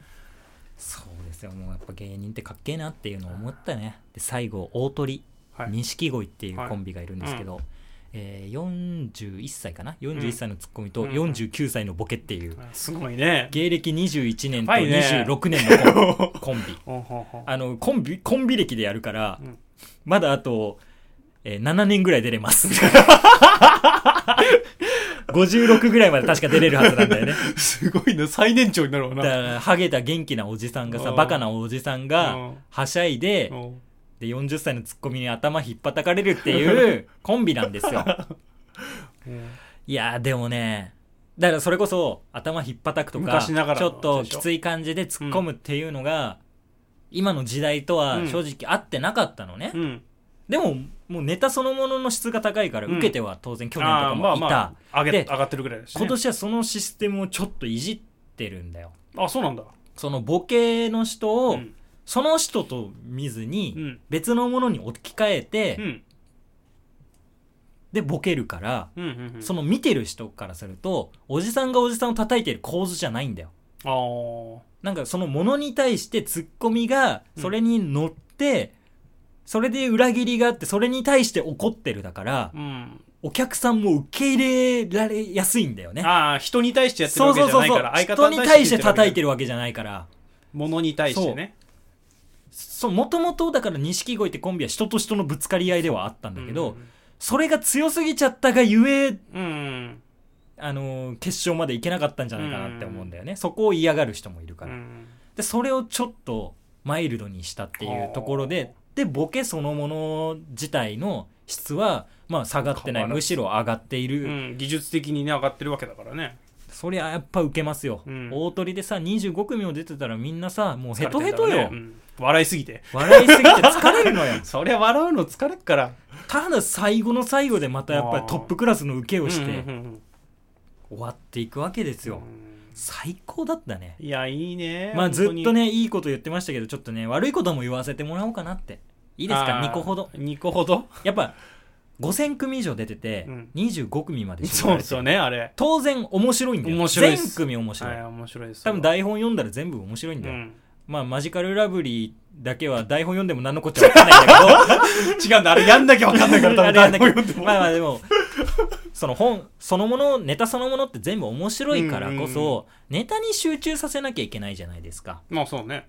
A: そうですよもうやっぱ芸人ってかっけえなっていうのを思ったねで最後大鳥
B: はい
A: 錦鯉っていうコンビがいるんですけど、えー41歳かな41歳のツッコミと
B: うん
A: 49歳のボケっていう
B: すごいね
A: 芸歴21年と
B: やばいね
A: 26年のコンビコン ビ
B: ほんほんほん
A: あのコンビコンビ歴でやるから、
B: うん
A: まだあと、えー7年ぐらい出れ ます。56ぐらいまで確か出れるはずなんだよ ね。
B: すごいな最年長になるわ
A: だ
B: な
A: から、ハゲた元気なおじさんがさ、
B: うん
A: バカなおじさん
B: う
A: が
B: ん、
A: はしゃいで
B: う、ん
A: で、40歳のツッコミに頭引っぱたかれるっていう コンビなんですよ。
B: うん
A: いやー、でもね、だからそれこそ、頭引っぱたくとか、
B: 昔
A: ち
B: ながらの
A: ょっときつい感じで突っ込むっていうのが、今の時代とは正直合ってなかったのね。
B: うん
A: でも、もうネタそのものの質が高いから、
B: うん
A: 受けては当然去年と
B: あ
A: か
B: あ
A: もいた。
B: あ、上げ
A: で
B: 上がってるぐらいだし、ね、
A: 今年はそのシステムをちょっといじってるんだよ。
B: あそうなんだ
A: そのボケの人を、
B: うん
A: その人と見ず
B: う
A: に、
B: ん
A: 別のものに置き換えて、
B: うん
A: で、ボケるから、
B: うんうんうん
A: その見てる人からすると、おじさんがおじさんを叩いてる構図じゃないんだよ。
B: あー
A: なんかそのものに対してツッコミが、
B: うん
A: それに乗って、それで裏切りがあって、それに対して怒ってるだから、
B: うん
A: お客さんも受け入れられやすいんだよね。
B: あー人に対してやってる
A: そう
B: わけ
A: そう
B: じ
A: そう
B: ゃない
A: そ
B: か
A: う
B: ら。
A: 人に対して叩いて
B: る
A: るわけじゃないから。
B: ものに対してね
A: そう、もともとだから錦鯉ってコンビは人と人のぶつかり合いではあったんだけど、
B: うん
A: それが強すぎちゃったがゆえ、
B: うん
A: あのー決勝まで行けなかったんじゃないかなって思うんだよね。そこを嫌がる人もいる
B: う
A: から。
B: ん
A: で、それをちょっとマイルドにしたっていうところで、で、ボケそのもの自体の質は、まあ下がってな
B: 変わら
A: い。
B: ず
A: むしろ上がっている。
B: うん技術的にね上がってるわけだからね
A: そりゃやっぱ受けますよ、
B: うん
A: 大鳥でさ25組も出てたらみんなさもうヘトヘト
B: 疲れ
A: よ、
B: てんだろうねうん笑いすぎて
A: 笑いすぎて疲れるのよ
B: そりゃ笑うの疲れっから
A: ただ最後の最後でまたやっぱりトップクラスの受けをし
B: うんう
A: て
B: んうん
A: 終わっていくわけですよ、
B: うん
A: 最高だったね
B: いやいいね
A: まあずっと
B: ね
A: ねいいこと言ってましたけどちょっとね悪いことも言わせてもらおうかなってい
B: い
A: いですか2個ほど
B: 2個ほど
A: やっぱ5000組以上出てて、
B: うん
A: 25組まで絞
B: そ
A: られ
B: うで
A: てる
B: すよねあれ
A: 当然面白いんだよ
B: 面白いっす
A: 全組面白い、
B: はい面白いです
A: 多分台本読んだら全部面白いんだ
B: う
A: よ、
B: ん
A: まあ、マジカルラブリーだけは台本読んでも何のこっちゃわかんないんだ
B: 違うんだ、あれやんなきゃわかんない
A: け
B: か
A: ど、
B: ら、
A: あれな
B: 多分
A: んだ
B: 誰
A: け
B: も読んで
A: ど、
B: も。
A: まあまあでも、その本、そのもの、ネタそのものって全部面白いからこ
B: うんうんう
A: そ、ネタに集中させなきゃいけないじゃないですか。
B: まあそうね。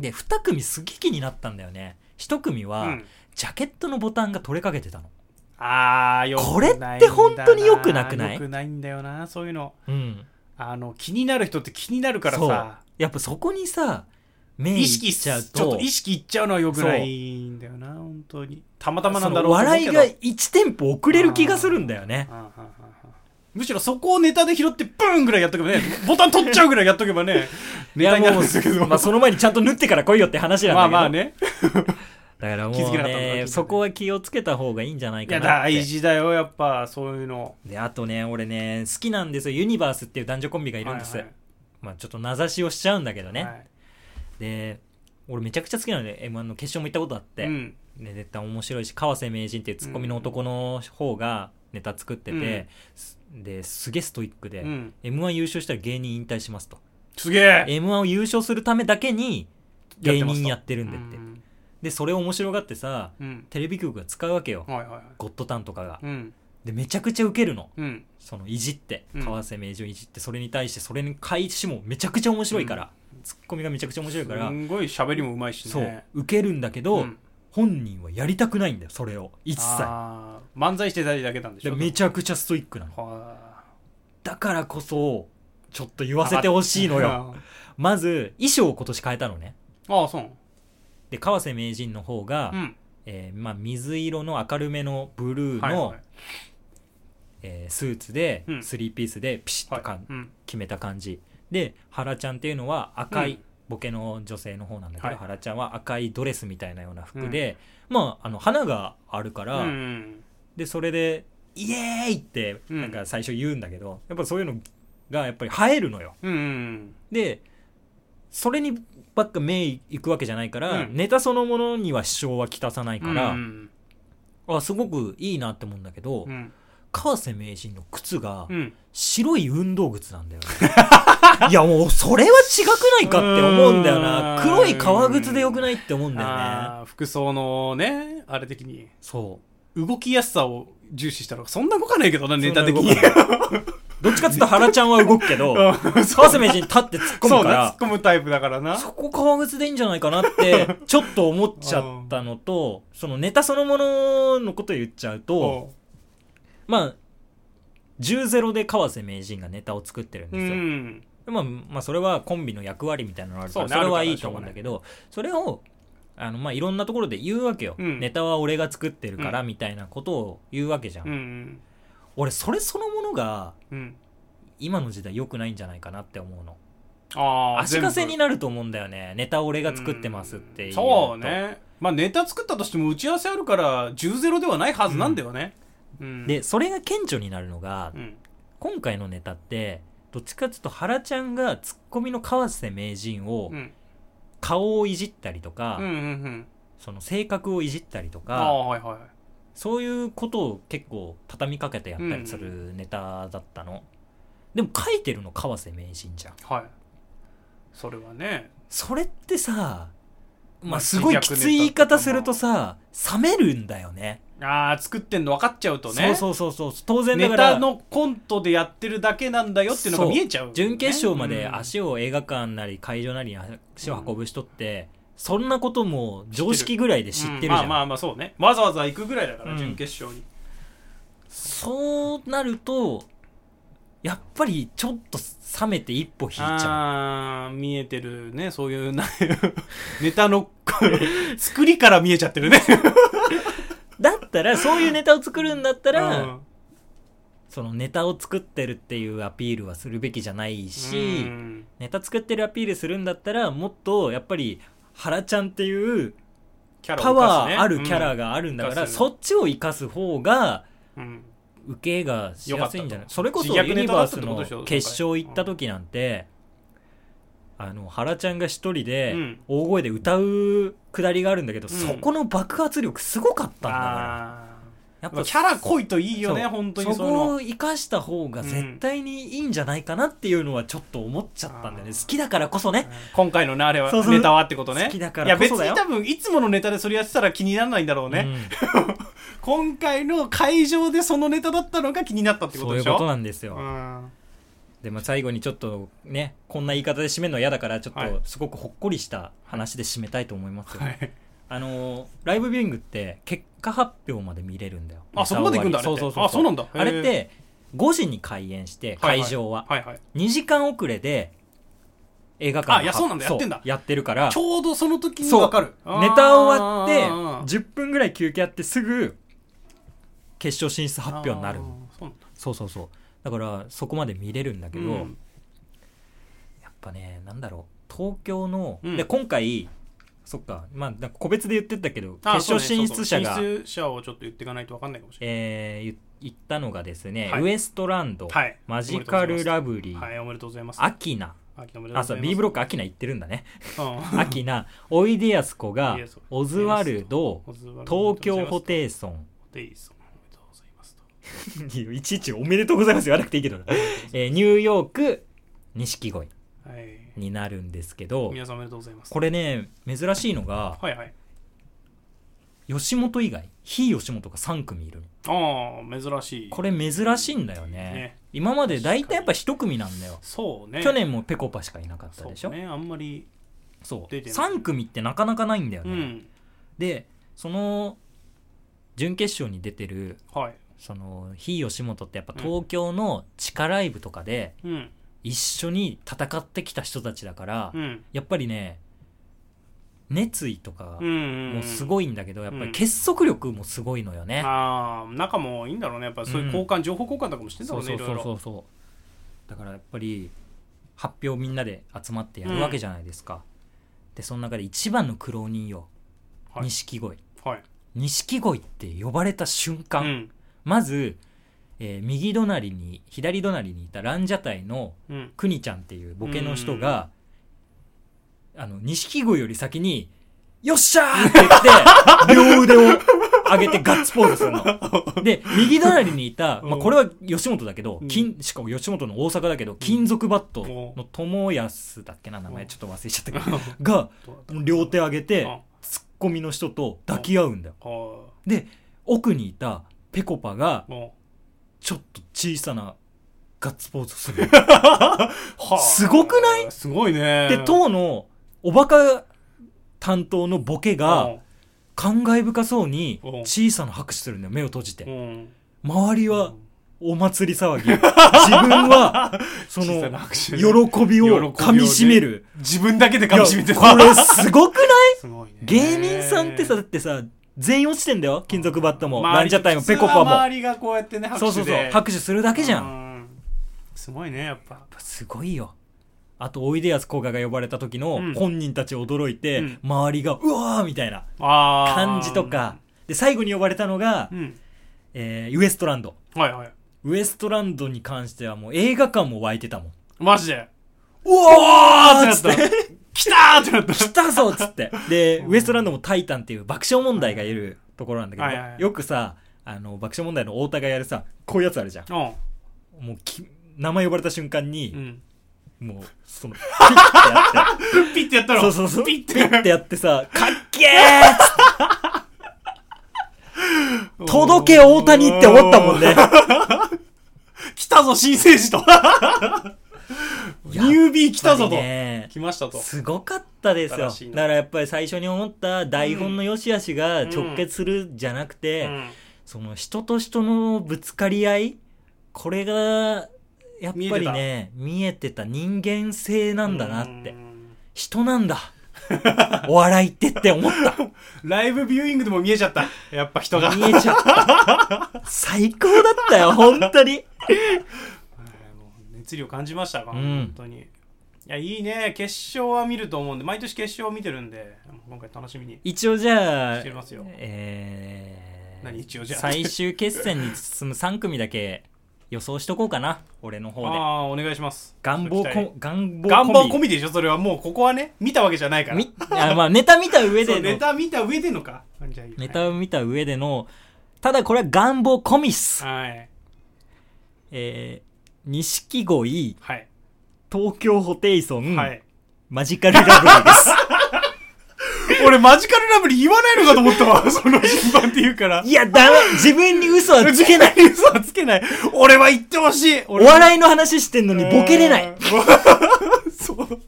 A: で、二組すげえ気になったんだよね。一組
B: う
A: は
B: ん、。
A: ジャケットのボタンが取れかけてたの。
B: あー、よ
A: これって本当に良くなくない
B: よくないんだよな、そういうの。
A: うん。
B: あの、気になる人って気になるから
A: そう
B: さ、
A: やっぱそこにさ、目い
B: 意
A: っ
B: 識し
A: ち
B: ち
A: ゃ
B: ゃ
A: う
B: う
A: と、
B: ちょっと意識いっちゃうのは良くないんだよな、本当に。たまたまな
A: そ
B: んだ
A: の
B: ろうと思う
A: 笑
B: け
A: い
B: ど
A: が一テンポ遅れる気がするんだよね。
B: うんうんうんうんむしろそこをネタで拾ってブーンぐらいやっとけばね、 ボタン取っちゃうぐらいやっとけばね、
A: い
B: ネ
A: や
B: タに
A: も
B: な
A: う
B: るんですけど。
A: まあその前にちゃんと縫ってから来いよって話なんだ
B: まあ
A: けど。
B: まあね。
A: だからも
B: 気づ
A: う
B: けなかったんだ
A: ね、そこは気をつけた方がいいんじゃない
B: い
A: か
B: や、
A: なって。
B: 大事だよ、やっぱ、そういうの。
A: で、あとね、俺ね、好きなんですよ。ユニバースっていう男女コンビがいるんです。
B: はいはい
A: まあちょっと名指しをしちゃうんだけどね。
B: はい
A: で、俺めちゃくちゃ好きなので、M1 の決勝も行ったことあって、
B: うん。
A: ね、絶対面白いし、川瀬名人っていうツッコミの男の方がネタ作ってて、すで、すげえストイックで、
B: うん
A: M1 優勝したら芸人引退しますと。
B: すげえ
A: M1 を優勝するためだけに芸人やってるんでって
B: う。ん
A: で、それ面白がってさ、
B: うん。
A: テレビ局が使うわけよ。
B: はいはいはい。
A: ゴッドタンとかが。
B: うん。
A: で、めちゃくちゃウケるの。
B: うん。
A: そのいじって
B: うん
A: 川瀬名人をいじってそれに対してそれに返しもめちゃくちゃ面白いから、ツッコミがめちゃくちゃ面白いから、
B: すんごい喋りもうまいしね。
A: そう受けるんだけど、
B: うん
A: 本人はやりたくないんだよそれを一切
B: あー漫才してたりだけなんでし
A: で
B: ょ
A: めちゃくちゃストイックなの
B: は
A: だからこそちょっと言わせてほしいのよまず衣装を今年変えたのね
B: ああそう
A: で川瀬名人の方が、
B: うん
A: えーまあ、水色の明るめのブルーの、
B: はいはい
A: えースーツで、
B: うん
A: スリーピースでピシッとか
B: はいうん
A: 決めた感じで原ちゃんっていうのは赤
B: う
A: い
B: ん
A: ボケの女性の方なんだけど、
B: はい
A: 原ちゃんは赤いドレスみたいなような服で、まああの花があるから、
B: うん
A: でそれで「イエーイ!」って
B: うん
A: なんか最初言うんだけど、やっぱそういうのがやっぱり映えるのよ
B: うんうん
A: でそれにばっか目いくわけじゃないから、
B: うん
A: ネタそのものには支障はきたさないから、
B: うん
A: あすごくいいなって思うんだけど、
B: うん
A: 川瀬名人の靴が、
B: うん
A: 白い運動靴なんだよ、ね、 いやもうそれは違くないかって思うんだよな
B: うーん
A: 黒い革靴でよくないって思うんだよね
B: あー服装のねあれ的に
A: そ
B: 動きやすさを重視したのがそんな動かないけどな
A: う
B: ネタ的
A: そん
B: に
A: な動かないどっちかっつうと原ちゃんは動くけど
B: うんそう
A: 川瀬名人立って突っ込
B: そ
A: む
B: う
A: か
B: な突
A: ら
B: っ込むタイプだからな
A: そこ革靴でいいんじゃないかなってちょっと思っちゃったのとそのネタそのもののこと言っちゃうと
B: そ
A: まあ10-0で川瀬名人がネタを作ってるん
B: う
A: ですよ、
B: ん
A: でまあ、まあそれはコンビの役割みたいなのがあるからそ
B: そうね
A: れはい
B: あ
A: い
B: るから
A: と思うんだけどそれをあの、まあ、いろんなところで言うわけよ、
B: うん
A: ネタは俺が作ってるから
B: う
A: みたいなことを言うわけじゃん、
B: うん
A: 俺それそのものが
B: うん
A: 今の時代良くないんじゃないかなって思うの
B: ああ
A: 足かせになると思うんだよねネタ俺が作ってますっていうと
B: そうねまあネタ作ったとしても打ち合わせあるから10ゼロではないはずなんだよね、うん、
A: でそれが顕著になるのが
B: うん
A: 今回のネタってどっちかっていうと原ちゃんがツッコミの川瀬名人を
B: うん
A: 顔をいじったりとか、
B: うんうんうん
A: その性格をいじったりと
B: あ
A: か
B: あはいはい
A: そういうことを結構畳みかけてやったりするネタだったの。でも書いてるの川瀬名人じゃん。
B: はいそれはね
A: それってさ、ま
B: ま
A: あ
B: あ
A: すごいきつい言い方するとさ、冷めるんだよね。
B: ああ作ってんの分かっちゃうとね
A: そうそうそうそう。当然だ
B: ネ
A: から。
B: タのコントでやってるだけなんだよっていうのが見えちゃう、
A: 準決勝まで足
B: 足
A: を映画館なり会場なりに足を運ぶ人って、そんなことも常識ぐらいで知ってるじゃん。
B: まあまあまあそうねわざわざ行くぐらいだから、
A: うん
B: 準決勝に
A: そうなると、やっぱりちょっと冷めて一歩引いちゃう。
B: あー見えてるね そういうなネタの作りから見えちゃってるね
A: だったら、そういうネタを作るんだったら、
B: うん
A: そのネタを作ってるっていうアピールはするべきじゃないし、
B: うん
A: ネタ作ってるアピールするんだったらもっとやっぱり原ちゃんっていう
B: キャラを
A: パ
B: 生か
A: ワ
B: すね
A: ーあるキャラ、があるんだから、
B: 生かす
A: そっちを生かす方が
B: うんうん
A: 受けがしやすいんじゃな
B: よかった
A: い
B: と
A: それこそユ
B: 自虐
A: ニ
B: ネタだ
A: バー
B: った
A: ス
B: ってことでし
A: の
B: ょ
A: 決勝行った時なんて、あの原ちゃんが一人で
B: うん
A: 大声で歌うくだりがあるんだけど、
B: うん
A: そこの爆発力すごかったんだから。
B: あー
A: やっ
B: ま
A: ぱ
B: あキャラ濃いといいよね
A: そう
B: 本当
A: そ
B: にそういう
A: こ
B: の
A: を生かした方が絶対にいいんじゃないかなっていうのはちょっと思っちゃったんだよね、好きだからこそね
B: 今回のねあれは
A: そうそう
B: ネタはってことね
A: 好きだから
B: いや
A: こ
B: 別
A: そだ
B: に
A: よ
B: 多分いつものネタでそれやってたら気にならないんだろうね、今回の会場でそのネタだったのが気になったっ
A: うん
B: てこ
A: そ
B: と
A: うい
B: で
A: う
B: し
A: こ
B: ょ
A: となんですよ、
B: うん
A: でまあ、最後にちょっとねこんな言い方で締めるのは嫌だからちょっ
B: はい
A: とすごくほっこりした話で締めたいと思いますよ、
B: はい
A: あのーライブビューイングって結果発表まで見れるんだよ
B: あそこまで行くんだあれ
A: そ
B: っ
A: う
B: て
A: そうそう
B: あそうなんだへー
A: あれって5時に開演して会場は、
B: はいはい
A: 2時間遅れで映画館が
B: あいやそうなんだやってんだ
A: そうやってるから
B: ちょうどその時に
A: そう
B: 分かる
A: ネタ終わ
B: あ
A: っ
B: ー
A: て10分ぐらい休憩あってすぐ決勝進出発表になる
B: あーそうなんだ
A: そうそうそうだからそこまで見れるんだけど、
B: うん
A: やっぱねなんだろう東京の、
B: うん
A: で今回そっかまあなんか個別で言ってたけど決
B: あ
A: 勝進出者が、
B: そうねそうそう進出者をちょっと言っていかないと分かんないかもしれ
A: えー、言ったのがですね、
B: はい
A: ウエストランド、
B: はい
A: マジカルラブリー、
B: ないはいおめでとうございます
A: アキナ
B: 秋のおめでとう
A: あ
B: ご
A: そ
B: ざいうます
A: B ブロックアキナ言ってるんだ ね
B: うん
A: アキナおいでやすこが
B: いいです
A: オズワルド
B: オズワルド
A: 東京ホテイソン
B: デイソンおめでとうございますと
A: いちいちおめでとうございます言わなくていいけどな、えーニューヨーク錦鯉
B: はい
A: になるんですけど
B: 皆さんおめでとうございます
A: これね珍しいのが
B: はいはい
A: 吉本以外非吉本が3組いるの
B: ああ珍しい
A: これ珍しいんだよね
B: ね
A: 今まで大体やっぱ1組なんだよ
B: そうね
A: 去年もぺこぱしかいなかった
B: そう
A: でしょ
B: ねあんまり
A: そう,、
B: 出てない
A: 3組ってなかなかないんだよ
B: う
A: ね、
B: ん
A: でその準決勝に出てる
B: はい
A: その非吉本ってやっぱ東京の地下ライブとかで
B: うん
A: 一緒に戦ってきた人たちだから、
B: うん
A: やっぱりね熱意とか
B: うん
A: もす
B: い
A: ごいんだけど、やっぱ
B: うん
A: り結束力もすごいのよね、
B: ああ仲もいいんだろうねやっぱそういう交換情報交換とかもしてんだ
A: そ
B: ろ
A: う
B: うね
A: そ
B: いうろ
A: そ
B: い
A: そう
B: うろ
A: そうだからやっぱり発表みんなで集まってやるわけじゃないですか、でその中で一番の苦労人よ
B: はい
A: 錦鯉
B: はい
A: 錦鯉って呼ばれた瞬
B: う
A: 間、
B: ん
A: まず、えー右隣に左隣にいたランジャタイの
B: うん
A: くにちゃんっていうボケの人があの錦鯉より先に「よっしゃー!」って言って両腕を上げてガッツポーズするの。 で右隣にいた、
B: うん
A: まあ、これは吉本だけど
B: うん
A: 金しかも吉本の大阪だけど金属バットの友安だっけな名
B: う
A: 前
B: ん
A: ちょっと忘れちゃったけどが両 手上げて
B: うん
A: ツッコミの人と抱き合うんだよ。
B: は
A: で奥にいたぺこぱが
B: いも
A: ちょっと小さなガッツポーズをする。
B: うは あ
A: すごくない
B: すごいね
A: で、当のおバカ担当のボケ
B: う
A: が
B: ん
A: 感慨深そうに
B: うん
A: 小さな拍手するんだよ、目を閉じ
B: う
A: て。
B: ん
A: 周り
B: う
A: は
B: ん
A: お祭り 騒ぎ。自分は、そ
B: 小さな
A: の、
B: 拍手で
A: 喜びを噛み締める。
B: 自分だけで
A: い
B: 噛
A: や
B: み締めて
A: これすごく ない
B: すごいね
A: 芸人さんってさ、だってさ、全員落ちてんだよ。金属バットも、ランジャタイも、ペコ
B: も
A: パも。
B: 周りがこうやってね拍手
A: そう
B: で
A: そうそう。拍手するだけじゃん。
B: んすごいねやっぱ
A: すごいよあとおいでやすこがが呼ばれた時
B: うん
A: の本人たち驚いて、
B: うん
A: 周りがうわーみたいな
B: あー
A: 感じとかで最後に呼ばれたのが、
B: うん
A: えーウエストランド
B: はいはい
A: ウエストランドに関してはもう映画館も湧いてたもん
B: マジで
A: うわ
B: ー
A: ー
B: っ
A: ってて
B: な
A: な
B: っ
A: ったた
B: 来たーってなった
A: 来たぞっつってで
B: うん
A: ウエストランドも「タイタン」っていう爆笑問題がいるところなんだけど、
B: はいはいはい
A: よくさあの爆笑問題の太田がやるさこういうやつあるじゃん
B: うん
A: もうき名前呼ばれた瞬間に、
B: うん
A: もうそのピッて やって
B: ピッてやったら
A: そうそうそう。
B: ピッて
A: てやってさ、かっけーっつって届け大谷って思ったもんね。
B: 来たぞ新生児と ニュービー来たぞと
A: やっぱりね
B: 来ましたと
A: すごかったですよ
B: 素晴らしい。な
A: だからやっぱり最初に思った台本の良し悪しが直結するじゃなくて、
B: うん
A: その人と人のぶつかり合い、これが、やっぱりね、見えてた人間性なんだなって
B: う。ん
A: 人なんだ。お笑いってって思った。
B: ライブビューイングでも見えちゃったやっぱ人が
A: 見えちゃった。最高だったよ、本当に。
B: はいもう熱量感じましたか、
A: うん
B: 本当にいやいいね決勝は見ると思うんで毎年決勝を見てるんで今回楽しみに
A: 一応じゃあ
B: してますよ
A: えー、
B: 何一応じゃあ
A: 最終決戦に進む3組だけ予想しとこうかな俺の
B: あ
A: 方で
B: あお願いします
A: 願望
B: 期待
A: こ願望
B: 願望込
A: み
B: みでしょそれはもうここはね見たわけじゃないから
A: みあまあネタ見た上
B: そ
A: で
B: う
A: の
B: ネタ見た上でのかじゃあいいよ
A: ネタを見た上でのただこれは願望込みっす。
B: はい。
A: えー、錦鯉、
B: はい。
A: 東京ホテイソン、
B: はい。
A: マジカルラブリー です。
B: 俺、マジカルラブリー言わないのかと思ったわ。その順番って言うから。
A: いや、ダメ自分に嘘はつけない
B: 嘘はつけない。俺は言ってほしい。
A: お
B: お
A: 笑いの話してんのにボケれない。。
B: そう。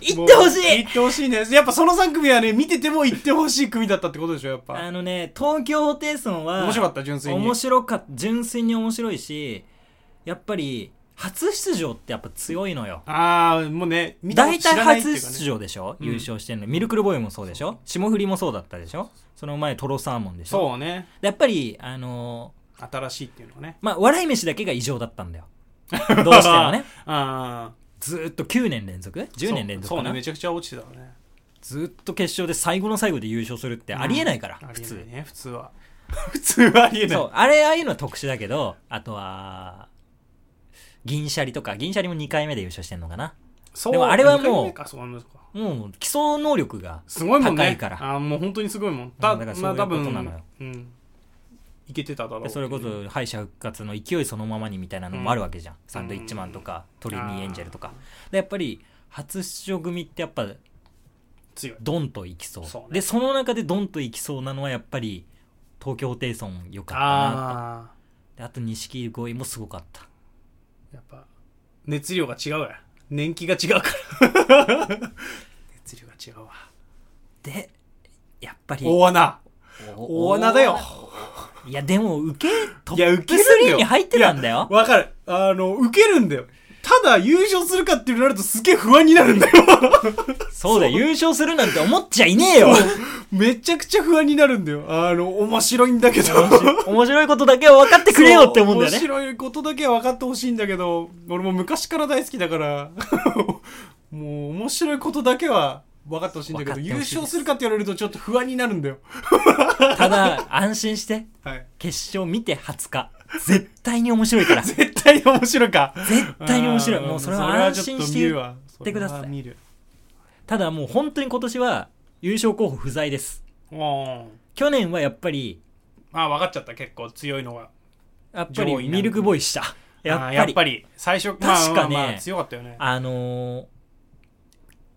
A: 言ってほし
B: もう言
A: い
B: ってほしいね。やっぱその3組はね、見てても言ってほしい組だったってことでしょ、やっ
A: あ
B: ぱ。
A: のね、東京ホテイソンは、
B: 面白かった、純粋に。
A: 面白か純粋に面白いし、やっぱり、初出場ってやっぱ強いのよ。
B: ああ、もうね、見たこ
A: 大
B: と知
A: 体
B: らないって
A: 初
B: いうかね。
A: 出場でしょ、
B: うん
A: 優勝してんの。ミルクルボーイもそうでしょ霜降りもそうだったでしょその前トロサーモンでしょ
B: そうね。
A: でやっぱり、あのー
B: 新しいっていうのはね。
A: まあ、笑い飯だけが異常だったんだよ。どうしても ね。
B: ああ。
A: ずーっと9年連続 ?10 年連続
B: そう
A: か
B: ね、
A: な、
B: めちゃくちゃ落ちてたわね。
A: ずーっと決勝で最後の最後で優勝するってありえないから、
B: あ
A: 普
B: りえな
A: 通
B: い。ね、普通は。 普通はありえない。
A: そう、あれ、ああいうのは特殊だけど、あとは、銀シャリとか、銀シャリも2回目で優勝してんのかな。
B: そう
A: でもあれはもう
B: 二回目かそうなんですか
A: もう、基礎能力が
B: すごいもんね。
A: 高いから
B: あーもう本当にすごいもん。た、
A: うんだから
B: まあ多
A: そういうこと
B: 分
A: なのよ
B: うん。いけてただろう
A: で
B: っていう。
A: それこそ敗者復活の勢いそのままにみたいなのもあるわけじゃん、サンドイッチマンとか、トリニーエンジェルとかでやっぱり初出場組ってやっぱ
B: 強い。
A: ドンといきそう
B: そうね
A: でその中でドンといきそうなのはやっぱり東京ホテイソンよかったなと
B: あ
A: であと錦鯉もすごかった
B: あ。やっぱ、熱量が違うや。年季が違うから。熱量が違うわ。
A: でやっぱり
B: 大穴。
A: お
B: 大穴だよ。
A: いやでも受けト
B: いや、
A: ッ
B: 受
A: プ
B: けるんだ
A: 3
B: よ。
A: に入ってたんだよ
B: いやわかる。あの、受けるんだよ。ただ優勝するかってなるとすげえ不安になるんだ よ。
A: そうだよ優勝するなんて思っちゃいねえよ
B: めちゃくちゃ不安になるんだよ。あの、面白いんだけど。
A: 面白いことだけは分か ってくれよって思うんだよね
B: そう面白いことだけは分かってほしいんだけど、俺も昔から大好きだから、 もう面白いことだけは分かってほしいんだけど、
A: 分かって
B: 優
A: ほしいです
B: 勝するかって言われるとちょっと不安になるんだよ。
A: ただ安心して
B: はい。
A: 決勝見て20日絶対に面白い から絶
B: 絶対に面白いか。
A: 対に面白い
B: あー
A: もうそれは安
B: それ
A: 心
B: はちょ
A: し
B: ってと見るわ
A: てください
B: それは見る。
A: ただもう本当に今年は優勝候補不在です
B: うん
A: 去年はやっぱり
B: あ、分かっちゃった、結構強いのが。
A: やっぱ
B: 上位
A: り
B: なんだ
A: ミルクボーイしたやっぱ
B: あー
A: り
B: や
A: あ
B: っぱり、最初、まあ
A: 確かね
B: まあまあ強かったよね。
A: のー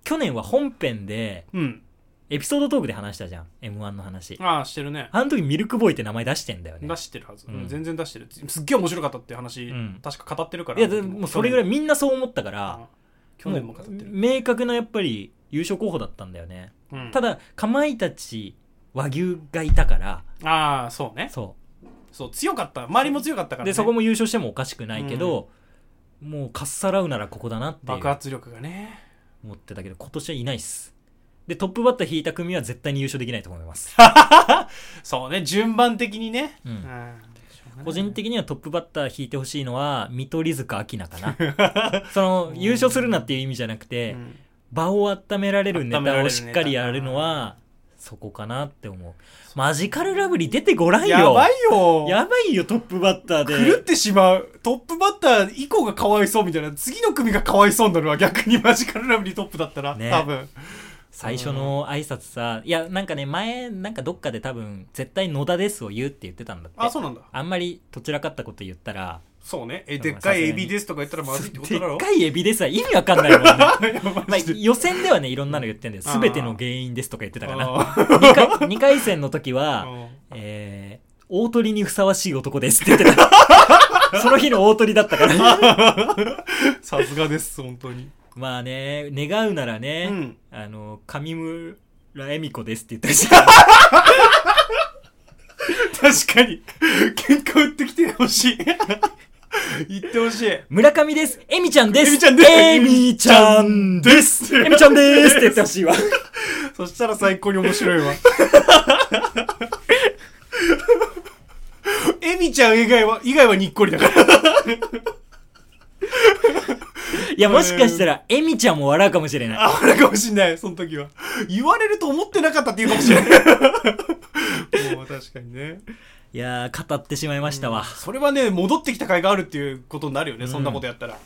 A: 去年は本編で
B: うん。
A: エピソードトークで話したじゃん m 1の話
B: ああ、してるね。
A: あの時ミルクボーイって名前出してんだよね
B: 出してるはず、うん
A: うん
B: 全然出してるすっげえ面白かったって話、
A: うん
B: 確か語ってるから
A: いやでもうそれぐらいみんなそう思ったか
B: あ
A: ら
B: 去年も語ってる、
A: もう明確なやっぱり優勝候補だったんだよね
B: うん
A: ただかまいたち和牛がいたから
B: ああそうね
A: そう
B: そう強かった周りも強かったから、ね、
A: でそこも優勝してもおかしくないけど、もうかっさらうならここだなっていう
B: 爆発力がね
A: 思ってたけど今年はいないっすでトップバッター引いた組は絶対に優勝できないと思います
B: そうね順番的にね、
A: うん
B: しょうがない
A: 個人的にはトップバッター引いてほしいのは見取り図か明菜かな その優勝するなっていう意味じゃなくて、
B: うん
A: 場を温められるネ
B: 温めら
A: タ
B: れる
A: を
B: ネタ
A: しっかりやるのはそこかなって思うマジカルラブリー出てごらんよ
B: やばいよ
A: やばいよトップバッターで
B: 狂ってしまうトップバッター以降がかわいそうみたいな次の組がかわいそうになるわ逆にマジカルラブリートップだったら、
A: ね
B: 多分
A: 最初の挨拶さ、いや、なんかね、前、なんかどっかで多分、絶対野田ですを言うって言ってたんだって。
B: あそうなんだ
A: あんまり、とちらかったこと言ったら、
B: そうねえでっかいエビですとか言ったらまずいってこと
A: で
B: だろ
A: っかいエビですは意味わかんないもんね。 ま
B: いやマ
A: あ
B: ジで、
A: 予選ではね、いろんなの言ってんだよ。
B: あー
A: すべての原因ですとか言ってたかな。
B: あー
A: 2回 ,2 回戦の時は、
B: うん
A: えー、大鳥にふさわしい男ですって言って た。その日の大鳥だったから。
B: さすがです、本当に。
A: まあね、願うならね、
B: うん
A: あの、上村恵美子ですって言ったりした。
B: 確かに。喧嘩売ってきてほしい。言ってほしい。
A: 村上です。えみちゃんです。
B: えみちゃんです
A: えみちゃんです。
B: です
A: えみちゃんでーすって言ってほしい わ。
B: そしたら最高に面白い わ。エミちゃん以外は、以外はにっこりだから。
A: いや、もしかしたら、えみちゃんも笑うかもしれない。
B: あ、ほらかもしんない、その時は。言われると思ってなかったって言うかもしれ ない。もう確かにね。
A: いやー、語ってしまいましたわ。
B: それはね、戻ってきた甲斐があるっていうことになるよね、そんなことやったら。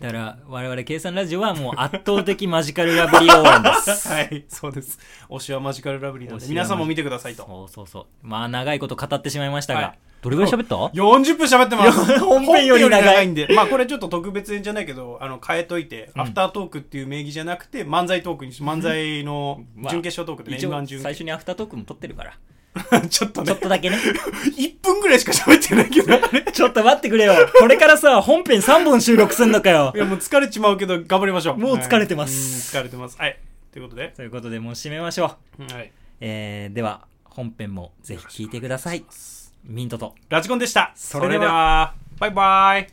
A: だから我々計算ラジオはもう圧倒的マジカルラブリー応援です
B: はい、そうです。推しはマジカルラブリーなん
A: 推
B: で、
A: しは
B: 皆さんも見てくださいと。
A: そうそうそうまあ長いこと語ってしまいましたが、
B: はい
A: どれぐらい喋 った
B: 40分喋ってま す。
A: 本編より長い
B: んで。まあこれちょっと特別編じゃないけど、あの、変えといて、
A: うん
B: アフタートークっていう名義じゃなくて、漫才トークにし、漫才の
A: まあ
B: 準決勝トークでね、
A: 一応
B: M1 準
A: 最
B: 決
A: 初にアフタートークも撮ってる から
B: 勝。 ちょっと
A: ちょ
B: ね
A: っ、とだけね
B: 1分ぐらいしか喋ってない けど、あれ
A: ちょっと待ってくれよこれからさ本編3本収録すんのかよ
B: いやもう疲れちまうけど、頑張りましょう。
A: もう疲れてま
B: はいうん疲れてます。はい。ということで、
A: ということでもう締めましょう、
B: はい。
A: えー、では本編もぜひ聞いてくださいミントと
B: ラジコンでした。
A: それでは
B: は、バイバイ。